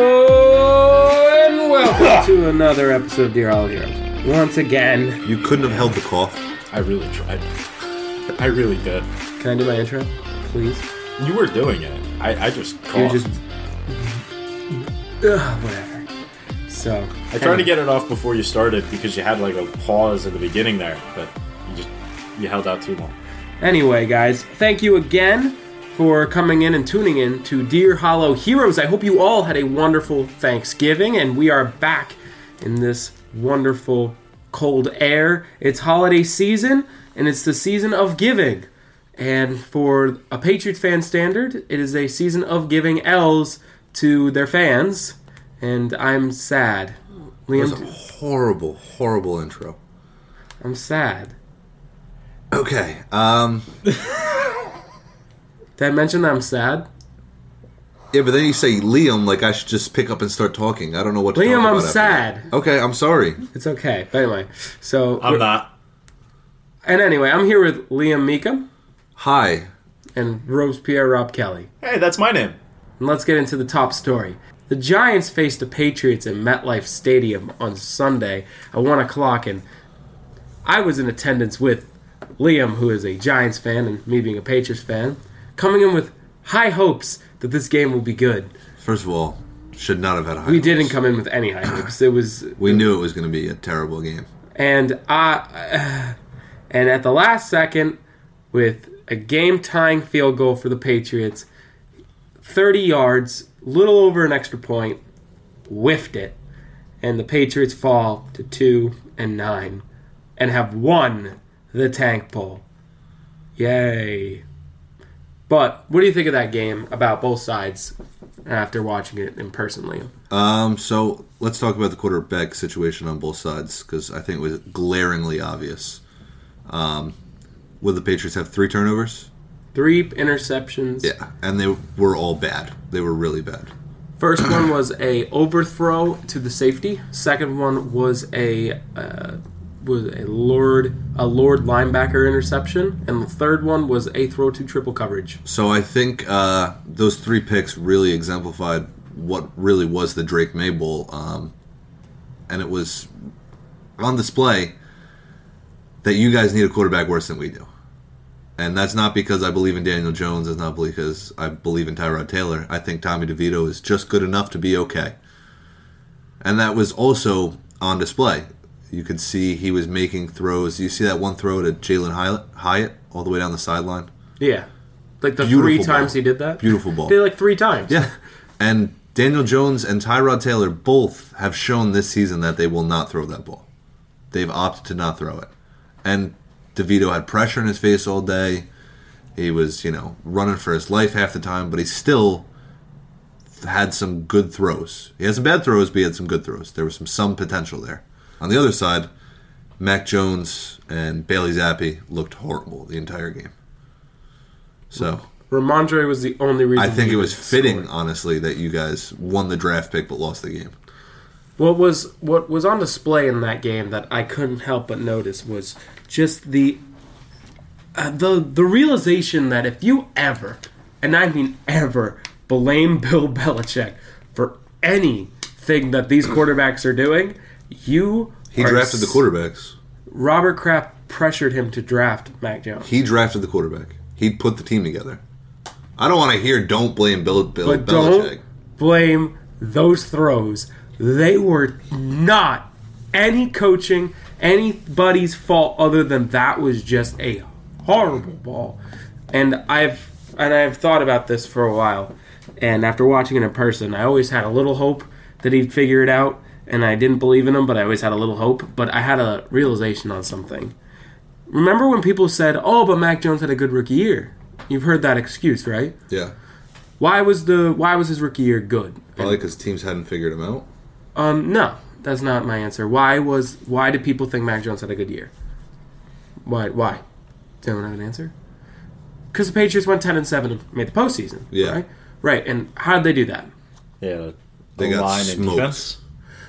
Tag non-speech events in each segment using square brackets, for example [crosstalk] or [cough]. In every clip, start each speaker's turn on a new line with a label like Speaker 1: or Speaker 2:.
Speaker 1: Hello and welcome to another episode of Dear All Heroes. Once again,
Speaker 2: You couldn't have held the cough.
Speaker 3: I really tried. I really did.
Speaker 1: can I do my intro, please?
Speaker 3: You were doing it. I, I just
Speaker 1: You
Speaker 4: Oh.
Speaker 3: coughed.
Speaker 1: just [sighs] Ugh, whatever. So
Speaker 3: I tried to get it off before you started because you had like a pause in the beginning there, but you just you held out too long.
Speaker 1: Anyway, guys, thank you again for coming in and tuning in to Dear Hollow Heroes. I hope you all had a wonderful Thanksgiving, and we are back in this wonderful cold air. It's holiday season, and it's the season of giving. And for a Patriot fan standard, it is a season of giving L's to their fans, and I'm sad.
Speaker 2: It was
Speaker 1: Liam,
Speaker 2: a horrible, horrible intro.
Speaker 1: I'm sad.
Speaker 2: Okay, um,
Speaker 1: Did I mention that I'm sad?
Speaker 2: yeah, but then you say Liam, like I should just pick up and start talking. I don't know what. To
Speaker 1: Liam,
Speaker 2: talk
Speaker 1: I'm
Speaker 2: about after that.
Speaker 1: sad.
Speaker 2: Okay, I'm sorry.
Speaker 1: It's okay. But anyway, so
Speaker 3: I'm not.
Speaker 1: And anyway, I'm here with Liam Meekum
Speaker 2: Hi.
Speaker 1: and Rose Pierre Rob Kelly.
Speaker 3: Hey, that's my name.
Speaker 1: And let's get into the top story. The Giants faced the Patriots at MetLife Stadium on Sunday at 1 o'clock, and I was in attendance with Liam, who is a Giants fan, and me being a Patriots fan, coming in with high hopes that this game will be good.
Speaker 2: First of all, should not have had. High
Speaker 1: We
Speaker 2: hopes.
Speaker 1: didn't come in with any high hopes. It was
Speaker 2: We knew it was going to be a terrible game.
Speaker 1: and I, and at the last second, with a game tying field goal for the Patriots, thirty yards, little over an extra point, whiffed it, and the Patriots fall to two and nine, and have won the tank bowl. Yay! But what do you think of that game about both sides after watching it in person, Liam?
Speaker 2: Um, so let's talk about the quarterback situation on both sides because I think it was glaringly obvious. Um, would the Patriots have three turnovers?
Speaker 1: Three interceptions.
Speaker 2: Yeah, and they were all bad. They were really bad.
Speaker 1: First one was a overthrow to the safety. Second one was a uh, was a lord a lord linebacker interception, and the third one was a throw to triple coverage.
Speaker 2: So I think uh, those three picks really exemplified what really was the Drake May Bowl, um, and it was on display that you guys need a quarterback worse than we do. And that's not because I believe in Daniel Jones. It's not because I believe in Tyrod Taylor. I think Tommy DeVito is just good enough to be okay. And that was also on display. You could see he was making throws. You see that one throw to Jalen Hyatt- Hyatt all the way down the sideline.
Speaker 1: Yeah, like the
Speaker 2: Beautiful
Speaker 1: three
Speaker 2: ball.
Speaker 1: times he did that.
Speaker 2: Beautiful ball.
Speaker 1: Did it, like three times.
Speaker 2: Yeah. And Daniel Jones and Tyrod Taylor both have shown this season that they will not throw that ball. They've opted to not throw it. And DeVito had pressure in his face all day. He was, you know, running for his life half the time, but he still had some good throws. He had some bad throws, but he had some good throws. There was some some potential there. On the other side, Mac Jones and Bailey Zappi looked horrible the entire game. So
Speaker 1: Ramondre was the only reason.
Speaker 2: I think
Speaker 1: he
Speaker 2: it was
Speaker 1: scored.
Speaker 2: fitting, honestly, that you guys won the draft pick but lost the game.
Speaker 1: What was what was on display in that game that I couldn't help but notice was just the uh, the the realization that if you ever, and I mean ever, blame [laughs] Bill Belichick for anything that
Speaker 2: [clears throat]
Speaker 1: these quarterbacks are doing, you
Speaker 2: He drafted the quarterbacks.
Speaker 1: Robert Kraft pressured him to draft Mac Jones,
Speaker 2: He drafted the quarterback. He put the team together. I don't want to hear don't blame Bill, Bill
Speaker 1: but
Speaker 2: Belichick.
Speaker 1: don't blame those throws. They were not any coaching, anybody's fault other than that was just a horrible ball. And I've and I've thought about this for a while. And after watching it in person, I always had a little hope that he'd figure it out. And I didn't believe in him, but I always had a little hope. But I had a realization on something. Remember when people said, "Oh, but Mac Jones had a good rookie year." You've heard that excuse, right?
Speaker 2: Yeah.
Speaker 1: Why was the why was his rookie year good?
Speaker 2: Probably because teams hadn't figured him out.
Speaker 1: Um, no, that's not my answer. Why was why did people think Mac Jones had a good year? Why why? Does anyone have an answer? Because the Patriots went ten and seven and made the postseason.
Speaker 2: Yeah.
Speaker 1: Right. Right. And how did they do that?
Speaker 3: Yeah.
Speaker 2: They
Speaker 3: the
Speaker 2: got
Speaker 3: line and
Speaker 2: smoked.
Speaker 3: defense.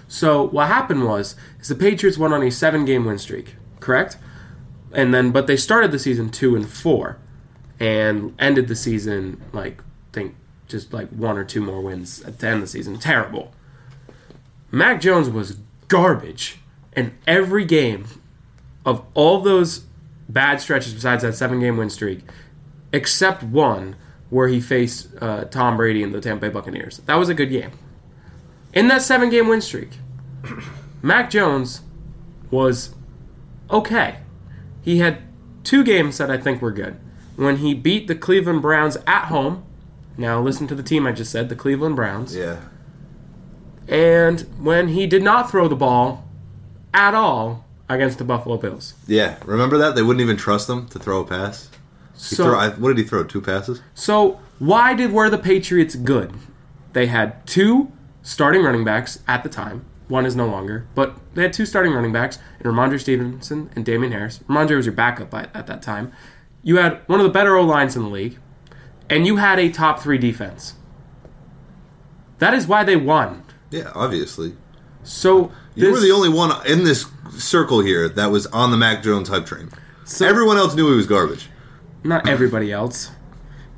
Speaker 1: So what happened was is the Patriots went on a seven game win streak, correct? And then but they started the season two and four and ended the season like I think just like one or two more wins at the end of the season. Terrible. Mac Jones was garbage in every game of all those bad stretches besides that seven game win streak, except one where he faced uh, Tom Brady and the Tampa Bay Buccaneers. That was a good game. In that seven game win streak, [clears throat] Mac Jones was okay. He had two games that I think were good. When he beat the Cleveland Browns at home, now listen to the team I just said, the Cleveland Browns.
Speaker 2: Yeah.
Speaker 1: And when he did not throw the ball at all against the Buffalo Bills.
Speaker 2: Yeah. Remember that? They wouldn't even trust him to throw a pass. He
Speaker 1: So,
Speaker 2: threw, I, what did he throw? Two passes?
Speaker 1: so why did were the Patriots good? They had two starting running backs at the time. One is no longer, but they had two starting running backs in Ramondre Stevenson and Damian Harris. Ramondre was your backup at, at that time. You had one of the better O lines in the league, and you had a top three defense. That is why they won.
Speaker 2: Yeah, obviously.
Speaker 1: So
Speaker 2: You were
Speaker 1: this-
Speaker 2: the only one in this circle here that was on the Mac Jones hype train.
Speaker 1: So-
Speaker 2: Everyone else knew he was garbage.
Speaker 1: not everybody else.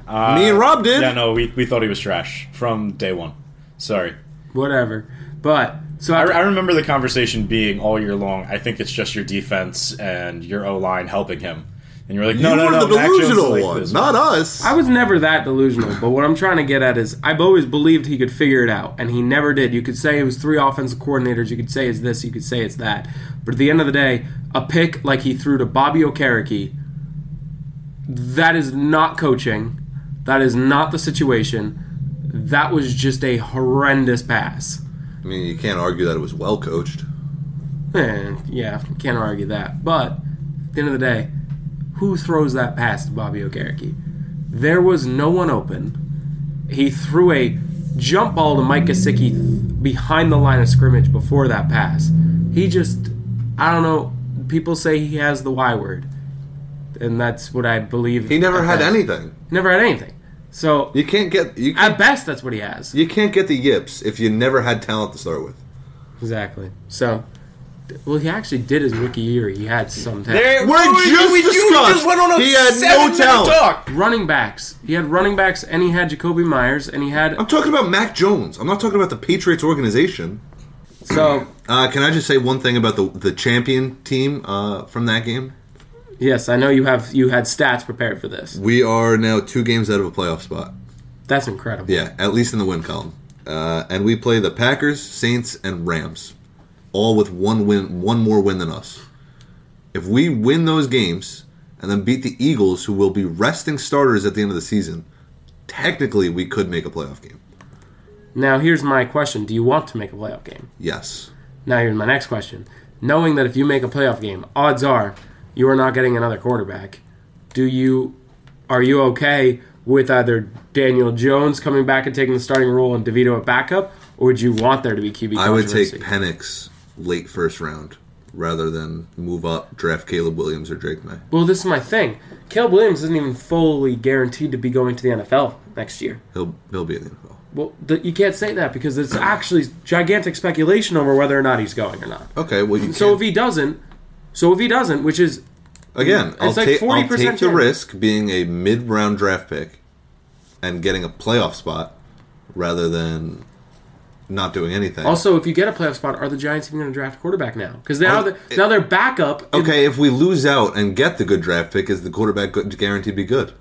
Speaker 2: Me and Rob did.
Speaker 3: Uh, Yeah, no, we, we thought he was trash from day one. Sorry.
Speaker 1: whatever. But so
Speaker 3: I,
Speaker 1: I,
Speaker 3: I remember the conversation being all year long. I think it's just your defense and your O line helping him. And you're like, no,
Speaker 2: you
Speaker 3: no,
Speaker 2: were
Speaker 3: no,
Speaker 2: the
Speaker 3: Mac Jones is
Speaker 2: delusional
Speaker 3: like
Speaker 2: one,
Speaker 3: this.
Speaker 2: not us.
Speaker 1: I was never that delusional. But what I'm trying to get at is I've always believed he could figure it out, and he never did. You could say it was three offensive coordinators. You could say it's this. You could say it's that. But at the end of the day, a pick like he threw to Bobby Okereke, that is not coaching. That is not the situation. That was just a horrendous pass.
Speaker 2: I mean, you can't argue that it was well coached.
Speaker 1: Eh, yeah, can't argue that. But at the end of the day, who throws that pass to Bobby Okereke? There was no one open. He threw a jump ball to Mike Gesicki behind the line of scrimmage before that pass. He just, I don't know. People say he has the Y word, and that's what I believe.
Speaker 2: He never
Speaker 1: at
Speaker 2: had
Speaker 1: best.
Speaker 2: anything.
Speaker 1: Never had anything. So
Speaker 2: You can't get you can't,
Speaker 1: at best, that's what he has.
Speaker 2: you can't get the yips if you never had talent to start with.
Speaker 1: Exactly. So, well, he actually did his rookie year. He had some talent.
Speaker 3: There-
Speaker 2: We're
Speaker 3: we-
Speaker 2: just
Speaker 3: we- you
Speaker 2: discussed.
Speaker 3: just went on a
Speaker 2: He had no
Speaker 3: seven-minute
Speaker 2: talent.
Speaker 3: talk.
Speaker 1: running backs. He had running backs, and he had Jacoby Myers, and he had
Speaker 2: I'm talking about Mac Jones. I'm not talking about the Patriots organization.
Speaker 1: so.
Speaker 2: Uh, can I just say one thing about the the champion team uh, from that game?
Speaker 1: Yes, I know you have you had stats prepared for this.
Speaker 2: We are now two games out of a playoff spot.
Speaker 1: That's incredible.
Speaker 2: Yeah, at least in the win column. Uh, and we play the Packers, Saints, and Rams, all with one win, one more win than us. If we win those games and then beat the Eagles, who will be resting starters at the end of the season, technically we could make a playoff game.
Speaker 1: Now here's my question: Do you want to make a playoff game?
Speaker 2: Yes,
Speaker 1: Now here's my next question: Knowing that if you make a playoff game, odds are you are not getting another quarterback. Do you? Are you okay with either Daniel Jones coming back and taking the starting role and Devito a backup, or would you want there to be QB?
Speaker 2: I would take
Speaker 1: controversy?
Speaker 2: Penix late first round rather than move up draft Caleb Williams or Drake May.
Speaker 1: Well, this is my thing. Caleb Williams isn't even fully guaranteed to be going to the NFL next year.
Speaker 2: He'll he'll be in the NFL.
Speaker 1: Well, th- you can't say that because it's actually gigantic speculation over whether or not he's going or not.
Speaker 2: Okay, well you
Speaker 1: So
Speaker 2: can't-
Speaker 1: if he doesn't, so if he doesn't, which is
Speaker 2: Again, I'll,
Speaker 1: like
Speaker 2: take- I'll
Speaker 1: 40%
Speaker 2: take the
Speaker 1: chance.
Speaker 2: risk being a mid round draft pick and getting a playoff spot rather than not doing anything.
Speaker 1: also if you get a playoff spot, are the Giants even going to draft a quarterback now? Because now
Speaker 2: Oh,
Speaker 1: the, now their backup.
Speaker 2: okay, if we lose out and get the good draft pick, is the quarterback go- guaranteed to be good?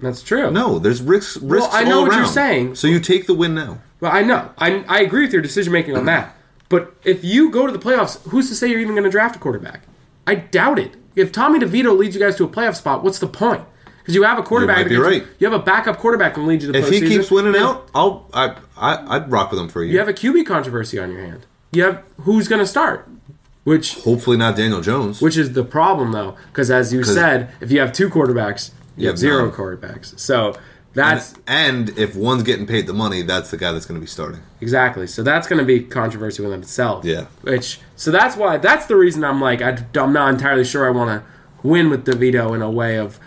Speaker 1: that's true.
Speaker 2: No, there's risks. risks
Speaker 1: I know
Speaker 2: all
Speaker 1: what you're
Speaker 2: around.
Speaker 1: saying.
Speaker 2: So you take the win now.
Speaker 1: Well, I know. I, I agree with your decision making on that. But if you go to the playoffs, who's to say you're even going to draft a quarterback? I doubt it. If Tommy DeVito leads you guys to a playoff spot, what's the point? Because you have a quarterback.
Speaker 2: might be
Speaker 1: that gets-
Speaker 2: right.
Speaker 1: You have a backup quarterback that leads you to the
Speaker 2: If he
Speaker 1: postseason.
Speaker 2: keeps winning
Speaker 1: Then
Speaker 2: out, I'll I, I I'd rock with him for a year.
Speaker 1: you have a QB controversy on your hand. You have who's going to start, which
Speaker 2: Hopefully not Daniel Jones.
Speaker 1: which is the problem though. Because as you said, if you have two quarterbacks, you, have
Speaker 2: have
Speaker 1: zero
Speaker 2: none.
Speaker 1: quarterbacks. So that's
Speaker 2: and if one's getting paid the money, that's the guy that's going to be starting.
Speaker 1: Exactly. So that's going to be controversy within itself.
Speaker 2: Yeah.
Speaker 1: Which so that's why that's the reason I'm like I, am not entirely sure I want to win with DeVito in a way of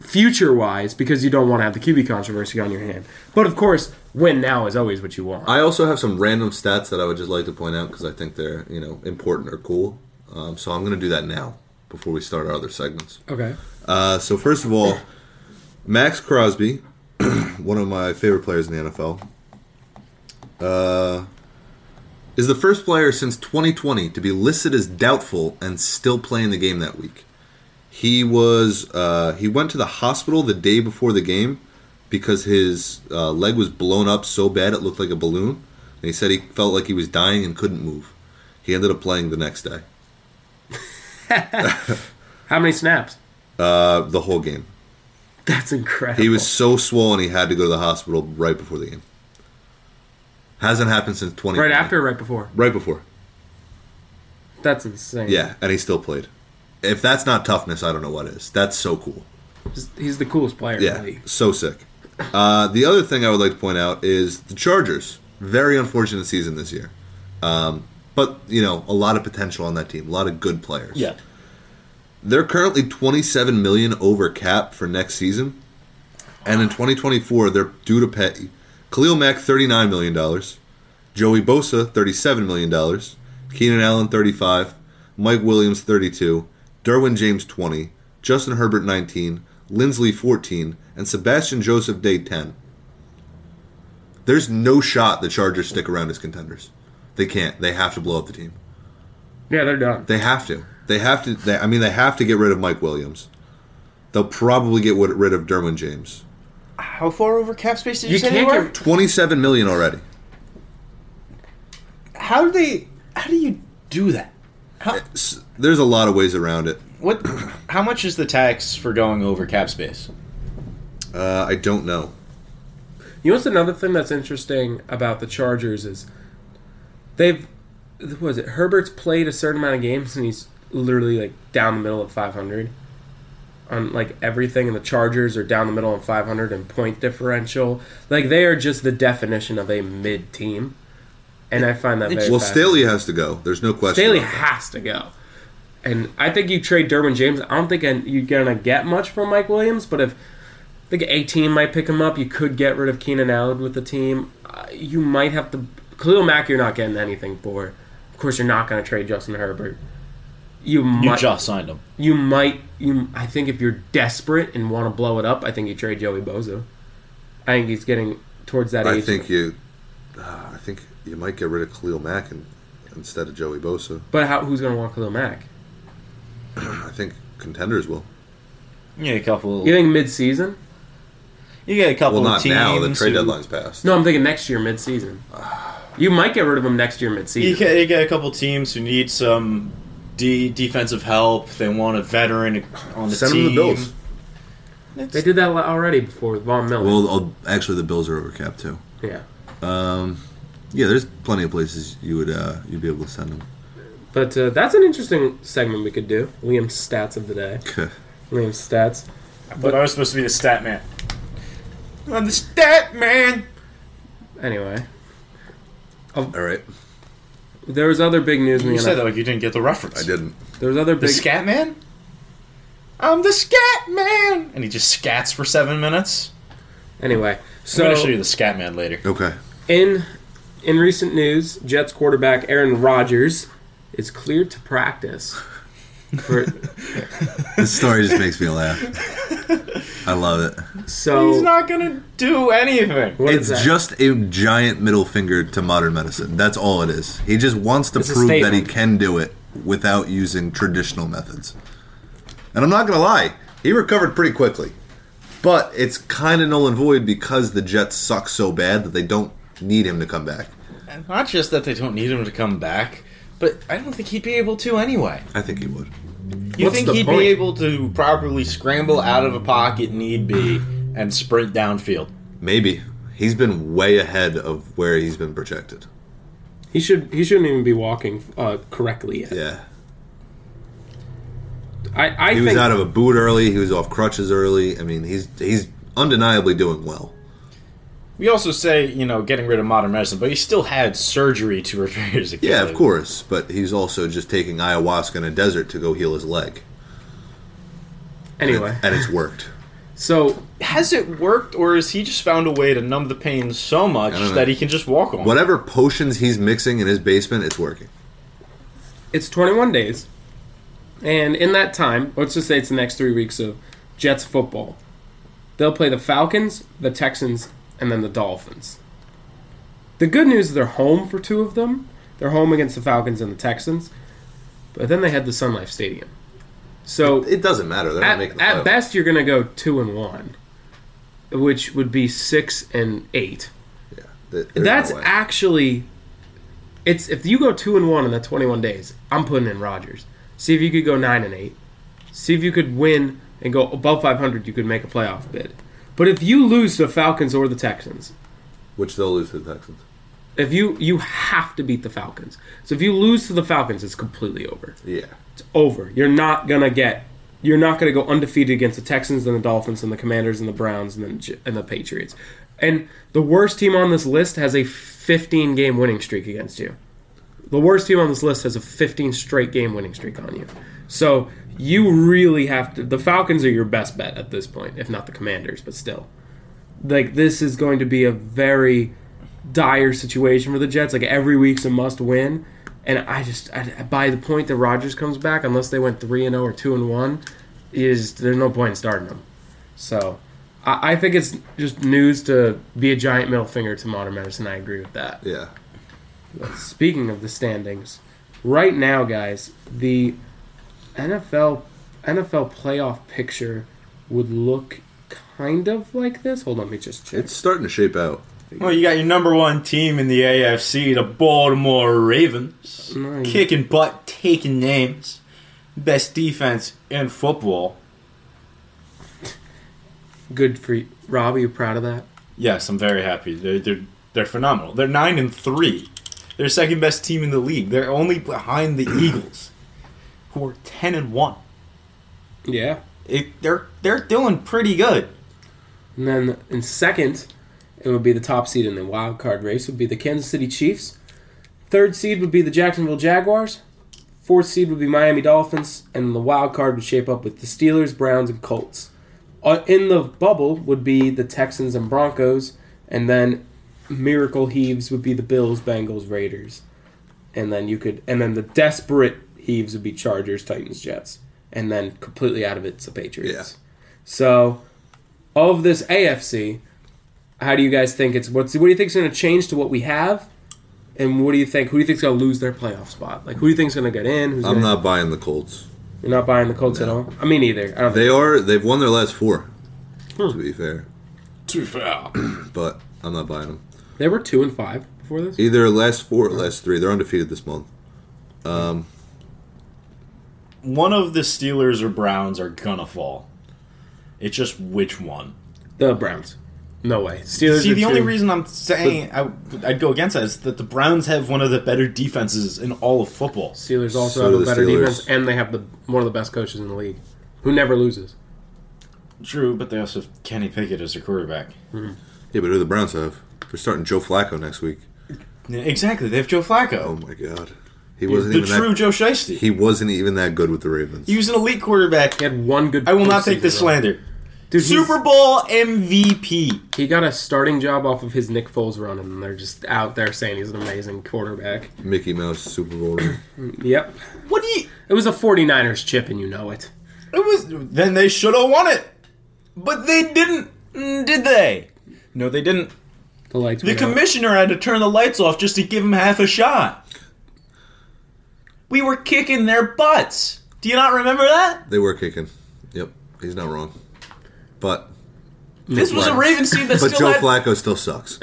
Speaker 1: future wise because you don't want to have the QB controversy on your hand. But of course, win now is always what you want.
Speaker 2: I also have some random stats that I would just like to point out because I think they're you know important or cool. Um, so I'm going to do that now before we start our other segments.
Speaker 1: okay.
Speaker 2: Uh, so first of all, Max Crosby [clears throat] one of my favorite players in the NFL, uh, is the first player since 2020 to be listed as doubtful and still playing the game that week. He was uh, he went to the hospital the day before the game because his uh, leg was blown up so bad it looked like a balloon, and he said he felt like he was dying and couldn't move. He ended up playing the next day,
Speaker 1: How many snaps? [laughs]
Speaker 2: uh, the whole game.
Speaker 1: That's incredible.
Speaker 2: He was so swollen he had to go to the hospital right before the game. Hasn't happened since 20.
Speaker 1: right after, or right before.
Speaker 2: Right before.
Speaker 1: That's insane.
Speaker 2: Yeah, and he still played. If that's not toughness, I don't know what is. That's so cool.
Speaker 1: he's, he's the coolest player. in the
Speaker 2: Yeah,
Speaker 1: league.
Speaker 2: so sick. Uh, the other thing I would like to point out is the Chargers. Very unfortunate season this year. Um, but, you know, a lot of potential on that team, a lot of good players.
Speaker 3: Yeah.
Speaker 2: They're currently 27 million over cap for next season. And in 2024, they're due to pay Khalil Mack 39 million dollars, Joey Bosa 37 million dollars, Keenan Allen 35, Mike Williams 32, Derwin James 20, Justin Herbert 19, Lindsley 14, and Sebastian Joseph Day 10. There's no shot the Chargers stick around as contenders. They can't. They have to blow up the team.
Speaker 1: yeah, they're done.
Speaker 2: They have to. They have to. They, I mean, they have to get rid of Mike Williams. They'll probably get wi- rid of Derwin James.
Speaker 4: How far over cap space did you,
Speaker 1: You
Speaker 4: say they
Speaker 1: can't
Speaker 4: were?
Speaker 1: get-
Speaker 2: Twenty-seven million already.
Speaker 4: How do they? How do you do that? How,
Speaker 2: S- There's a lot of ways around it.
Speaker 4: what? How much is the tax for going over cap space?
Speaker 2: Uh, I don't know.
Speaker 1: You know what's another thing that's interesting about the Chargers is they've what was it Herbert's played a certain amount of games and he's literally like down the middle of 500 on like everything and the Chargers are down the middle of 500 in point differential like they are just the definition of a mid team and I find that very
Speaker 2: Well,
Speaker 1: fascinating.
Speaker 2: Staley has to go. There's no question.
Speaker 1: Staley
Speaker 2: about
Speaker 1: has to go. And I think you trade Derwin James. I don't think an- you're gonna get much from Mike Williams, but if I think a team might pick him up, you could get rid of Keenan Allen with the team. Uh, you might have to Khalil Mack. You're not getting anything for. Of course, you're not gonna trade Justin Herbert. You
Speaker 3: You
Speaker 1: might.
Speaker 3: just signed him.
Speaker 1: You might. You. I think if you're desperate and want to blow it up, I think you trade Joey Bozo. I think he's getting towards that
Speaker 2: that. I
Speaker 1: age.
Speaker 2: think you. Uh, I think you might get rid of Khalil Mack and, instead of Joey Bosa.
Speaker 1: But how, who's gonna want Khalil Mack?
Speaker 2: I think contenders will.
Speaker 3: You get a couple.
Speaker 1: You think mid-season?
Speaker 3: You get a couple
Speaker 2: Well,
Speaker 3: of
Speaker 2: not
Speaker 3: teams.
Speaker 2: now. The trade
Speaker 3: who-
Speaker 2: deadline's passed.
Speaker 1: No, I'm thinking next year midseason. You might get rid of him next year
Speaker 3: You
Speaker 1: midseason.
Speaker 3: get, you get a couple teams who need some de- defensive help. They want a veteran on the
Speaker 2: Send
Speaker 3: team.
Speaker 2: them the Bills.
Speaker 1: They did that already before with Von Miller.
Speaker 2: Well, I'll, actually, the Bills are over cap too.
Speaker 1: yeah,
Speaker 2: Yeah, there's plenty of places you would uh, you'd be able to send them.
Speaker 1: but uh, that's an interesting segment we could do. Liam's stats of the day. Liam's stats.
Speaker 3: But I was supposed to be the stat man. I'm the stat man.
Speaker 1: Anyway,
Speaker 2: All right,
Speaker 1: there was other big news in the
Speaker 3: You said
Speaker 1: NFL.
Speaker 3: that like you didn't get the reference.
Speaker 2: I didn't.
Speaker 1: There was other
Speaker 3: The
Speaker 1: big.
Speaker 3: scat man. I'm the scat man, and he just scats for seven minutes.
Speaker 1: Anyway,
Speaker 3: I'm
Speaker 1: so
Speaker 3: gonna show you the scat man later.
Speaker 2: Okay. [laughs]
Speaker 1: in in recent news, Jets quarterback Aaron Rodgers is cleared to practice.
Speaker 3: [laughs]
Speaker 1: For,
Speaker 2: This story just makes me laugh. I love it.
Speaker 1: so
Speaker 3: He's not gonna do anything.
Speaker 1: what is
Speaker 2: It's
Speaker 1: that?
Speaker 2: just a giant middle finger to modern medicine. That's all it is. He just wants to
Speaker 1: a
Speaker 2: prove that he
Speaker 1: statement.
Speaker 2: can do it without using traditional methods. And I'm not going to lie, he recovered pretty quickly. But it's kind of null and void because the Jets suck so bad that they don't need him to come back.
Speaker 3: And Not just that they don't need him to come back, but I don't think he'd be able to anyway.
Speaker 2: I think he would.
Speaker 3: You
Speaker 1: What's
Speaker 3: think
Speaker 1: the
Speaker 3: he'd
Speaker 1: point?
Speaker 3: be able to properly scramble out of a pocket need be and sprint downfield?
Speaker 2: Maybe. He's been way ahead of where he's been projected.
Speaker 1: he should he shouldn't even be walking uh, correctly yet.
Speaker 2: Yeah.
Speaker 1: I I
Speaker 2: He
Speaker 1: think
Speaker 2: was out of a boot early, he was off crutches early. I mean, he's he's undeniably doing well.
Speaker 3: We also say, you know, getting rid of modern medicine, but he still had surgery to repair his Achilles.
Speaker 2: Yeah, of course, but he's also just taking ayahuasca in a desert to go heal his leg,
Speaker 1: anyway.
Speaker 2: and it's worked.
Speaker 1: So
Speaker 3: Has it worked, or has he just found a way to numb the pain so much
Speaker 2: don't know.
Speaker 3: that he can just walk on? it?
Speaker 2: Whatever potions he's mixing in his basement, it's working.
Speaker 1: it's 21 days, and in that time, let's just say it's the next three weeks of Jets football. They'll play the Falcons, the Texans, and then the Dolphins. The good news is they're home for two of them. They're home against the Falcons and the Texans. But then they head to Sun Life Stadium. So
Speaker 2: It doesn't matter. They're not making
Speaker 1: at,
Speaker 2: the
Speaker 1: at
Speaker 2: playoffs.
Speaker 1: best you're going to go 2 and 1, which would be 6 and 8.
Speaker 2: Th- there's no
Speaker 1: That's
Speaker 2: way.
Speaker 1: actually it's if you go two and one in the twenty one days, I'm putting in Rogers. See if you could go nine and eight. See if you could win and go above five hundred, you could make a playoff bid. But if you lose to the Falcons or the Texans,
Speaker 2: which they'll lose to the Texans.
Speaker 1: if you you have to beat the Falcons. So if you lose to the Falcons, it's completely over.
Speaker 2: Yeah,
Speaker 1: It's over. You're not gonna get you're not gonna go undefeated against the Texans and the Dolphins and the Commanders and the Browns and the J- and the Patriots. And the worst team on this list has a 15 game winning streak against you. The worst team on this list has a 15 straight game winning streak on you. So you really have to. The Falcons are your best bet at this point, if not the Commanders, but still. Like this is going to be a very dire situation for the Jets. Like every week's a must win, and I just I, by the point that Rogers comes back, unless they went three and zero or two and one, is there's no point in starting them. So I, I think it's just news to be a giant middle finger to modern medicine. I agree with that.
Speaker 2: yeah.
Speaker 1: Speaking of the standings, right now, guys, the NFL NFL playoff picture would look kind of like this. Hold on, let me just check.
Speaker 2: It's starting to shape out.
Speaker 1: Oh,
Speaker 4: Well, you got your number one team in the AFC, the Baltimore Ravens.
Speaker 1: Nice.
Speaker 4: Kicking butt, taking names. Best defense in football.
Speaker 1: Good for you. Rob, are you proud of that?
Speaker 4: Yes, I'm very happy. They're, they're, they're phenomenal. They're 9 and 3. They're second best team in the league. They're only behind the Eagles, who are 10 and 1.
Speaker 1: Yeah.
Speaker 4: It, they're, they're doing pretty good.
Speaker 1: And then in second, it would be the top seed in the wild card race would be the Kansas City Chiefs. Third seed would be the Jacksonville Jaguars. Fourth seed would be Miami Dolphins, and the wild card would shape up with the Steelers, Browns, and Colts. Uh, In the bubble would be the Texans and Broncos, and then miracle heaves would be the Bills, Bengals, Raiders, and then you could, and then the desperate heaves would be Chargers, Titans, Jets, and then completely out of it's the Patriots. So of this AFC, how do you guys think it's what's what do you think's going to change to what we have? And what do you think? Who do you think's going to lose their playoff spot? Like, who do you think's going to get in? Who's
Speaker 2: I'm
Speaker 1: gonna,
Speaker 2: not buying the Colts.
Speaker 1: You're not buying the Colts at all. I mean, either. I don't
Speaker 2: They are. They've won their last four. To be fair,
Speaker 4: Too foul.
Speaker 2: but I'm not buying them.
Speaker 1: think they were two and five before this.
Speaker 2: Either last four or last three. They're undefeated this month.
Speaker 4: One of the Steelers or Browns are going to fall. It's just which one.
Speaker 1: The Browns. No way. Steelers.
Speaker 4: See,
Speaker 1: are
Speaker 4: the only
Speaker 1: two.
Speaker 4: reason I'm saying I, I'd go against that is that the Browns have one of the better defenses in all of football.
Speaker 1: Steelers also
Speaker 2: So
Speaker 1: have a
Speaker 2: the
Speaker 1: better
Speaker 2: Steelers.
Speaker 1: defense, and they have the one of the best coaches in the league, who never loses.
Speaker 4: True, but they also have Kenny Pickett as their quarterback.
Speaker 2: Yeah, but who do the Browns have? They're starting Joe Flacco next week.
Speaker 4: Yeah, Exactly, they have Joe
Speaker 2: Oh
Speaker 4: Flacco,
Speaker 2: my God, he wasn't
Speaker 4: the
Speaker 2: even that.
Speaker 4: true Joe Shiesty.
Speaker 2: he wasn't even that good with the Ravens.
Speaker 4: He was an elite quarterback.
Speaker 1: He had one good.
Speaker 4: I will not take this
Speaker 1: postseason run.
Speaker 4: slander.
Speaker 1: Dude, he's-
Speaker 4: Super Bowl MVP.
Speaker 1: He got a starting job off of his Nick Foles run, and they're just out there saying he's an amazing quarterback.
Speaker 2: Mickey Mouse Super
Speaker 1: [clears throat]
Speaker 2: Bowl. ring.
Speaker 1: Yep.
Speaker 4: What do you?
Speaker 1: It was a 49ers chip, and you know it.
Speaker 4: It was then they should have won it, but they didn't, Mm, did they? No, they didn't.
Speaker 1: The lights
Speaker 4: The
Speaker 1: went out.
Speaker 4: commissioner had to turn the lights off just to give him half a shot. We were kicking their butts. Do you not remember that?
Speaker 2: they were kicking. Yep, he's not wrong. But
Speaker 4: This was a
Speaker 1: Right.
Speaker 4: Ravens team that
Speaker 2: but Joe
Speaker 4: still had.
Speaker 2: Flacco
Speaker 1: [laughs]
Speaker 2: still sucks.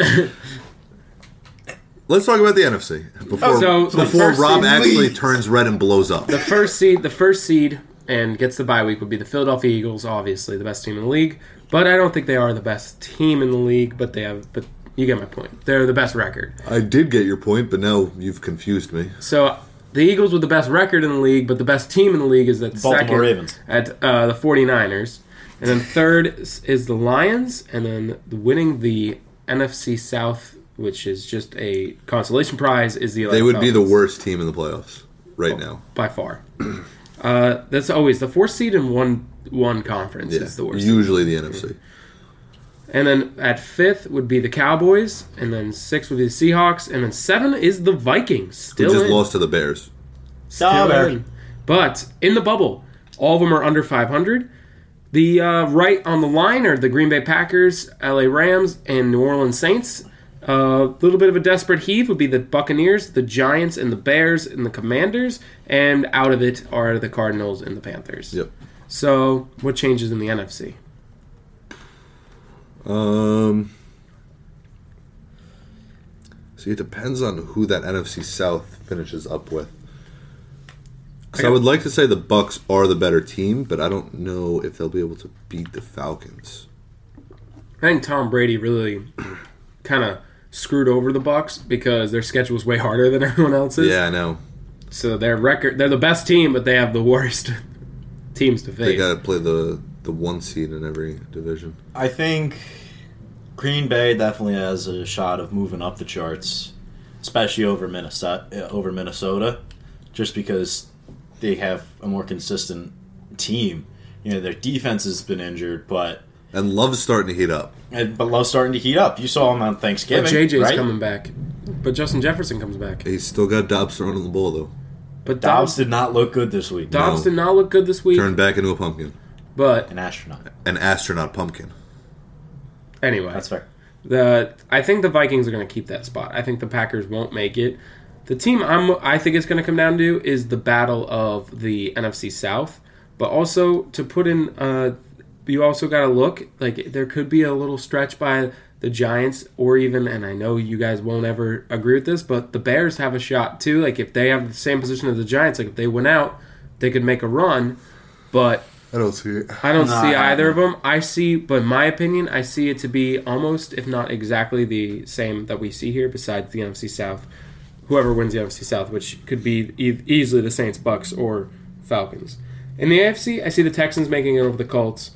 Speaker 2: Let's talk about the NFC before
Speaker 1: Oh, So, the
Speaker 2: before
Speaker 1: first
Speaker 2: Rob
Speaker 1: seed
Speaker 2: actually
Speaker 4: leads.
Speaker 2: turns red and blows up.
Speaker 1: the first seed, the first seed, and gets the bye week would be the Philadelphia Eagles. Obviously, the best team in the league, but I don't think they are the best team in the league. But they have, but you get my point. They're the best record.
Speaker 2: I did get your point, but now you've confused me.
Speaker 1: So the Eagles with the best record in the league, but the best team in the league is at
Speaker 4: Baltimore
Speaker 1: second
Speaker 4: Ravens.
Speaker 1: at uh, the 49ers, and then third is is the Lions, and then winning the NFC South, which is just a consolation prize, is the
Speaker 2: They would be the
Speaker 1: worst.
Speaker 2: worst team in the playoffs
Speaker 1: Oh,
Speaker 2: right now.
Speaker 1: by far. [clears throat] Uh, that's always the fourth seed in one one conference
Speaker 2: Yeah,
Speaker 1: is the worst.
Speaker 2: usually the NFC.
Speaker 1: and then at fifth would be the Cowboys, and then sixth would be the Seahawks, and then seven is the Vikings.
Speaker 2: Who
Speaker 1: Still
Speaker 2: just
Speaker 1: in.
Speaker 2: lost to the Bears.
Speaker 1: Still
Speaker 4: Daughter.
Speaker 1: in. But in the bubble, all of them are under 500. The uh, right on the line are the Green Bay Packers, LA Rams, and New Orleans Saints. A little bit of a desperate heave would be the Buccaneers, the Giants, and the Bears, and the Commanders. And out of it are the Cardinals and the Panthers.
Speaker 2: Yep.
Speaker 1: So, what changes in the NFC?
Speaker 2: Um. See, it depends on who that NFC South finishes up with. Because I would like to say the Bucks are the better team, but I don't know if they'll be able to beat the Falcons.
Speaker 1: I think Tom Brady really [clears throat] kind of screwed over the Bucks because their schedule was way harder than [laughs] everyone else's.
Speaker 2: Yeah, I know.
Speaker 1: So their record, they're the best team, but they have the worst [laughs] teams to
Speaker 2: They
Speaker 1: face.
Speaker 2: got to play the the one seed in every division.
Speaker 3: I think Green Bay definitely has a shot of moving up the charts, especially over Minnesota. eh, Over Minnesota, just because they have a more consistent team. You know, their defense has been injured, but
Speaker 2: And Love's starting to heat up.
Speaker 3: and, but Love's starting to heat up. You saw him on Thanksgiving.
Speaker 1: But JJ's
Speaker 3: right?
Speaker 1: coming back. But Justin Jefferson comes back.
Speaker 2: He's still got Dobbs thrown in the bowl though.
Speaker 1: But
Speaker 3: Dobbs
Speaker 1: Dobbs,
Speaker 3: did not look good this week.
Speaker 1: Dobbs
Speaker 2: No.
Speaker 1: did not look good this week.
Speaker 2: Turned back into a pumpkin,
Speaker 1: But
Speaker 3: An astronaut.
Speaker 2: an astronaut pumpkin.
Speaker 1: anyway,
Speaker 3: That's fair.
Speaker 1: the I think the Vikings are going to keep that spot. I think the Packers won't make it. The team I'm I think it's going to come down to is the battle of the NFC South, but also to put in uh you also got to look like there could be a little stretch by the Giants or even and I know you guys won't ever agree with this, but the Bears have a shot too. Like if they have the same position as the Giants, like if they went out, they could make a run, but
Speaker 2: I don't see it.
Speaker 1: I don't
Speaker 3: No,
Speaker 1: see
Speaker 3: I-
Speaker 1: either of them. I see, but in my opinion, I see it to be almost, if not exactly, the same that we see here. Besides the NFC South, whoever wins the NFC South, which could be e- easily the Saints, Bucks, or Falcons. In the AFC, I see the Texans making it over the Colts,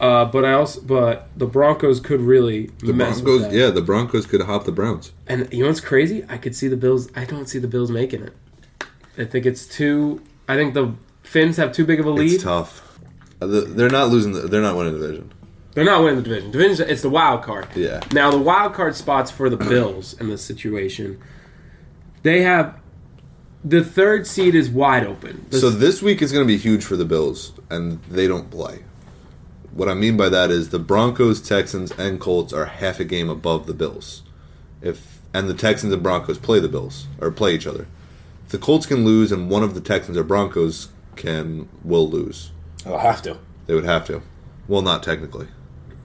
Speaker 1: uh, but I also but the Broncos could really
Speaker 2: The
Speaker 1: mess with
Speaker 2: Broncos,
Speaker 1: that.
Speaker 2: yeah, the Broncos could hop the Browns.
Speaker 1: And you know what's crazy? I could see the Bills. I don't see the Bills making it. I think it's too. I think the Finns have too big of a lead.
Speaker 2: It's tough. Uh, the- They're not losing. The, they're not winning the division.
Speaker 1: They're not winning the division. Division it's the wild card.
Speaker 2: Yeah.
Speaker 1: Now the wild card spots for the Bills in this situation. They have the third seed is wide open. The
Speaker 2: So this week is going to be huge for the Bills, and they don't play. What I mean by that is the Broncos, Texans, and Colts are half a game above the Bills. If and the Texans and Broncos play the Bills or play each other, if the Colts can lose, and one of the Texans or Broncos can will lose.
Speaker 3: I'll Oh, have to.
Speaker 2: They would have to. Well, not technically.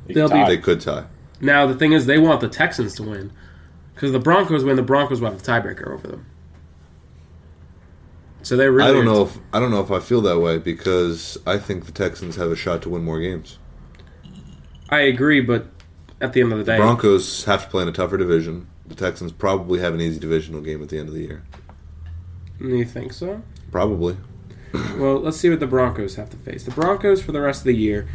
Speaker 3: They
Speaker 1: They'll
Speaker 3: can
Speaker 1: be-
Speaker 3: tie.
Speaker 2: They could tie.
Speaker 1: Now the thing is, they want the Texans to win because the Broncos win, the Broncos will have the tiebreaker over them. So they really
Speaker 2: I don't know if I don't know if I feel that way because I think the Texans have a shot to win more games.
Speaker 1: I agree, but at the end of the day,
Speaker 2: Broncos have to play in a tougher division. The Texans probably have an easy divisional game at the end of the year.
Speaker 1: you think so?
Speaker 2: Probably.
Speaker 1: Well, let's see what the Broncos have to face. The Broncos for the rest of the year,